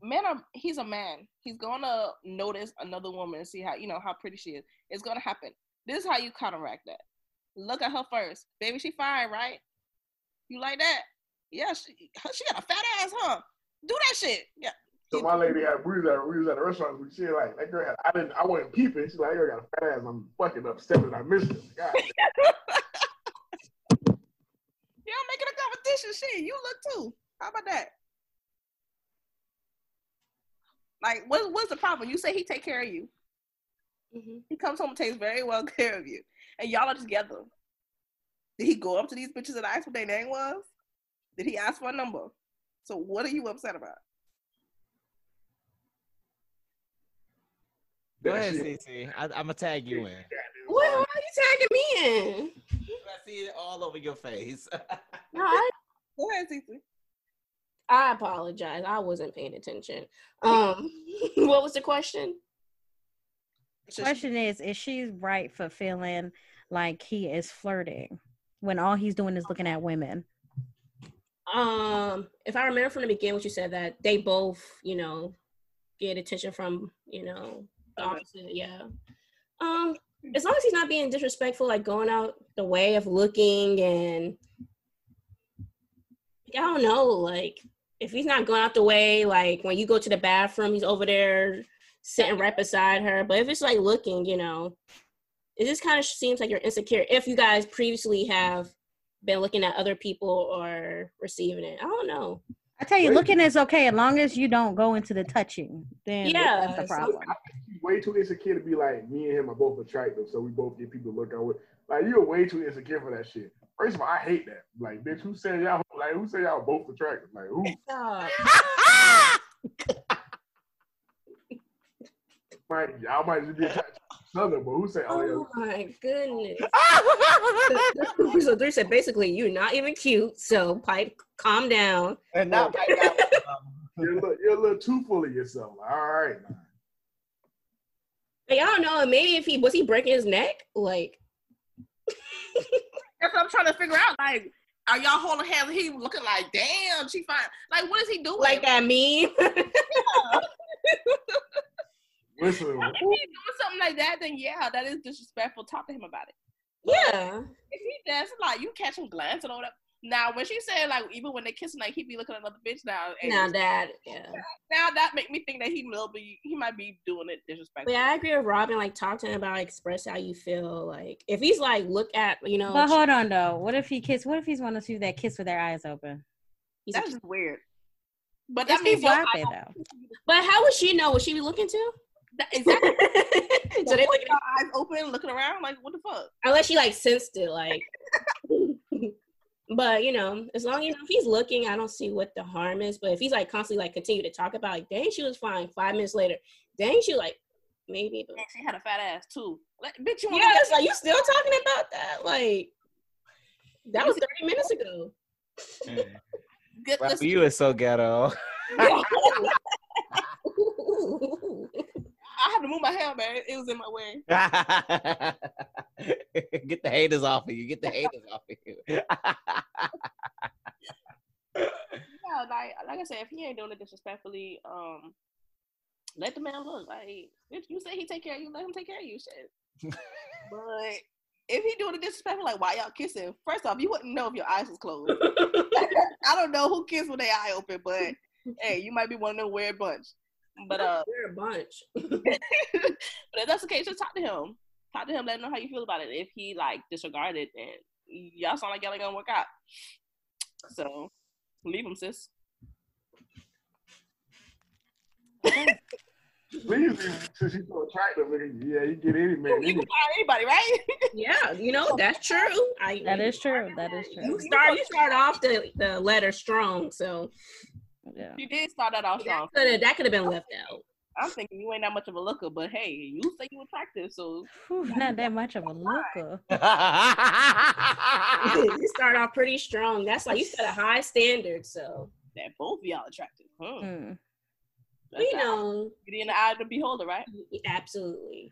E: Man, are he's a man. He's gonna notice another woman and see how you know how pretty she is. It's gonna happen. This is how you counteract that. Look at her first, baby. She fine, right? You like that? Yeah, she her- she got a fat ass, huh? Do that shit. Yeah.
G: so my lady had we was at we was at a restaurant. We she like that girl. Had, I didn't. I wasn't peeping. She's like, that girl got a fat ass. I'm fucking upset that I missed it. God.
E: Yeah, I'm making a competition. Shit, you look too. How about that? Like, what, what's the problem? You say he take care of you.
C: Mhm.
E: He comes home and takes very well care of you, and y'all are together. Did he go up to these bitches and ask what their name was? Did he ask for a number? So what are you upset about?
F: Go ahead, CC. I, I'm gonna tag you in.
C: What? Why are you tagging me in?
F: I see it all over your face.
C: No, I
E: Go ahead, Cece.
C: I apologize. I wasn't paying attention. Um, what was the question?
B: Question is, is she right for feeling like he is flirting? when all he's doing is looking at women.
C: Um, if I remember from the beginning, what you said that they both, you know, get attention from, you know, the
E: Okay.
C: opposite. Yeah. Um, as long as he's not being disrespectful, like going out the way of looking and I don't know, like if he's not going out the way, like when you go to the bathroom, he's over there sitting right beside her. But if it's like looking, you know, it just kind of seems like you're insecure. If you guys previously have been looking at other people or receiving it, I don't know.
B: I tell you, looking is okay as long as you don't go into the touching. Then
C: Yeah,
B: that's the
C: so-
B: problem.
G: He's way too insecure to be like me and him are both attractive, so we both get people to look out with. Like you're way too insecure for that shit. First of all, I hate that. Like, bitch, who said y'all like who said y'all both attractive? Like who might y'all might just be attracted to each other, but who said oh
C: Oh
G: yeah
C: my goodness. so Three said basically you're not even cute, so pipe calm down.
F: And not right now.
G: you're a little, you're a little too full of yourself. Like, all right, nah.
C: Like, I don't know, maybe if he was he breaking his neck? Like
E: That's what I'm trying to figure out. Like, are y'all holding hands? He looking like, damn, she fine. Like, what is he doing?
C: like that meme.
G: Listen,
E: If he doing something like that, then yeah, that is disrespectful. Talk to him about it.
C: yeah.
E: If he does, like, you catch him glancing or whatever. Now, when she said, like, even when they kissing, like, he be looking at another bitch now. and
C: Now that yeah.
E: now that make me think that he will be, he might be doing it disrespectful.
C: But yeah, I agree with Robin, like talk to him about express how you feel. Like if he's like look at you know
B: But hold on though. What if he kiss? What if he's one of those people that kiss with their eyes open?
C: he's a-
E: That's just weird. But that
B: It's
E: means
B: people
E: your
B: out
E: eyes,
B: there though.
C: But how would she know? Was she be looking to?
E: that, exactly.
C: so they looking
E: your eyes open, looking around, like what the fuck?
C: unless she like sensed it, like. but you know, as long you know if he's looking, I don't see what the harm is. But if he's like constantly like continue to talk about like, dang, she was fine. Five minutes later, dang, she like maybe. But,
E: And she had a fat ass too. Like, bitch, you want
C: yeah, it's like you still talking about that? Like that was thirty minutes ago.
E: good
F: Well,
E: listen-
F: you is so ghetto.
E: I had to move my hair, man. It was in my way.
F: Get the haters off of you. Get the haters off of you.
E: Yeah, like like I said, if he ain't doing it disrespectfully, um, let the man look. Like if you say he take care of you, let him take care of you. Shit. but if he doing it disrespectful, like why y'all kissing? First off, you wouldn't know if your eyes was closed. I don't know who kissed with their eye open, but hey, you might be one of them weird bunch. But uh,
C: we're a bunch.
E: but if that's the case, just talk to him. Talk to him. Let him know how you feel about it. If he like disregarded, then y'all sound like y'all ain't gonna work out. So leave him, sis.
G: please, since he's so attractive, nigga, yeah, you get any man.
E: You
G: any-
E: can fire anybody, right?
C: Yeah, you know that's true. I
B: That is true. That is
C: You
B: true.
C: start you start off the, the letter strong, so
B: Yeah.
E: You did start that off
C: that
E: strong.
C: could have that could have been left out.
E: I'm thinking you ain't that much of a looker, but hey, you say you attractive, so
B: Whew, not that much of a looker.
C: you start off pretty strong. That's like you set a high standard, so
E: that both of y'all attractive. Huh.
B: Mm,
C: but, you know,
E: Beauty in the eye of the beholder, right?
C: absolutely.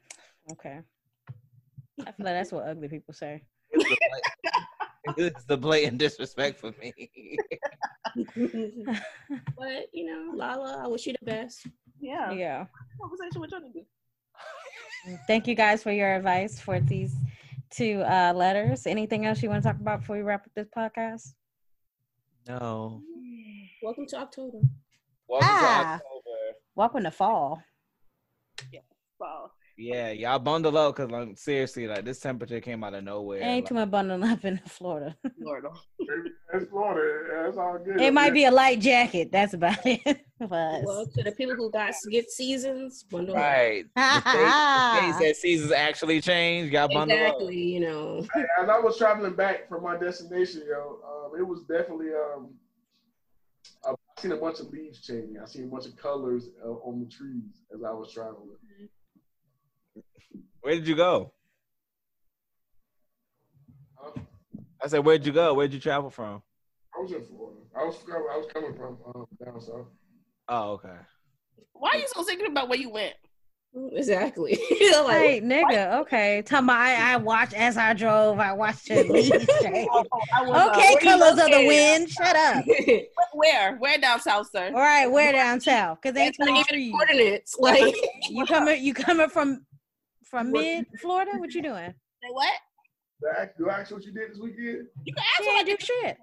B: Hmm, okay. I feel like that's what ugly people say.
F: it's the blatant disrespect for me.
C: but you know, Lala, I wish you the best.
E: Yeah.
B: Yeah.
E: Conversation with your nigga.
B: Thank you guys for your advice for these two uh, letters. Anything else you want to talk about before we wrap up this podcast?
F: no.
C: Welcome to October.
F: Welcome
B: Ah.
F: to October.
B: Welcome to fall.
E: So
F: Yeah, y'all bundle up because like seriously, like this temperature came out of nowhere.
B: Ain't too
F: like-
B: much bundling up in Florida.
E: Lord,
G: That's Florida. That's all good.
B: It might be a light jacket. That's about it. for us.
C: Well, to the people who got skid seasons, bundle up.
F: Right. the days- the days that seasons actually change, y'all bundle
C: Exactly, you know.
G: As I was traveling back from my destination, yo, um, it was definitely. Um, I seen a bunch of leaves changing. I seen a bunch of colors uh, on the trees as I was traveling.
F: up. Where did you go?
G: Huh?
F: I said, where'd you go? Where'd you travel from?
G: I was in Florida. I was from- I was coming from um, down south.
F: Oh, okay.
E: why are you so secret about where you went?
C: Exactly. You know, like,
B: Hey, nigga, okay. Tell me, I, I watched as I drove. I watched your knees shake.
E: I was, uh,
B: Okay,
E: where you
B: colors of the
E: located?
B: wind. Shut up.
E: Where? Where down south, sir?
B: All right, we're down south because ain't
C: That's
B: no
C: not
B: trees.
C: even coordinates. Like
B: You coming? You coming from from
G: What-
B: mid Florida? What you doing?
E: Say what?
G: Do I, do I ask what you did this weekend?
E: You can ask
B: She
E: what I
B: ain't do
E: did.
B: shit.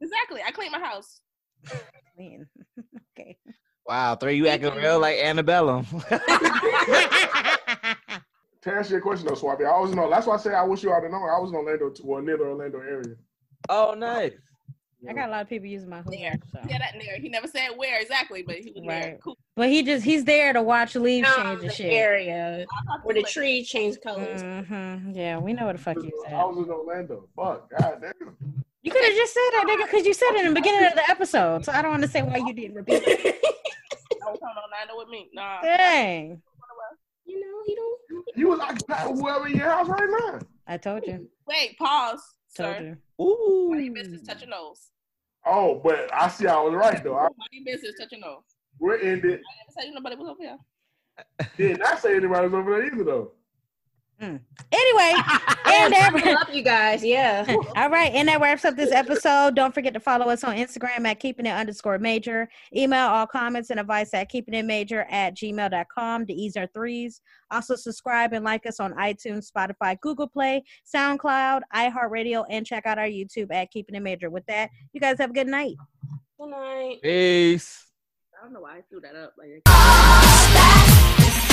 E: Exactly. I cleaned my house.
B: I mean, okay.
F: Wow, three, you acting real like Annabella.
G: To answer your question though, Swampy, I always know. That's why I said I wish you all to know. I was in Orlando, t- well, near the Orlando area.
F: oh, nice.
B: I got a lot of people using my
E: There.
B: Hulu, so.
E: Yeah, that nigga. He never said where exactly, but he was there.
B: Right.
E: Cool.
B: but he just he's there to watch leaves
C: um,
B: change and
C: the
B: shit.
C: area where the tree changed colors.
B: hmm Yeah, we know where the fuck you
G: I
B: at.
G: was in Orlando. Fuck, god damn.
B: You could have just said that, nigga, because you said it in the beginning of the episode. So I don't understand why you didn't repeat. it.
E: Don't come on, I know with me. Nah.
B: Dang,
C: You know, he don't.
G: You was occupying whoever in your house right now.
B: I told you,
E: Wait, pause,
B: told
E: sir.
B: you.
F: Ooh.
E: Mind your business, touch your nose.
G: Oh, but I see I was right though. I,
E: Mind your business, touch your nose.
G: we're ended.
E: I never tell you nobody was over here.
G: Did not say anybody was over there either though.
B: Anyway, Mm. and
C: I
B: that.
C: love you guys. Yeah.
B: All right, and that wraps up this episode. Don't forget to follow us on Instagram at keeping it underscore major. Email all comments and advice at keeping it major at gmail.com. The E's are threes. Also, subscribe and like us on iTunes, Spotify, Google Play, SoundCloud, iHeartRadio, and check out our YouTube at keeping it major. With that, you guys have a good night.
C: Good night.
F: Peace.
E: I don't know why I threw that up. Like,
D: All that is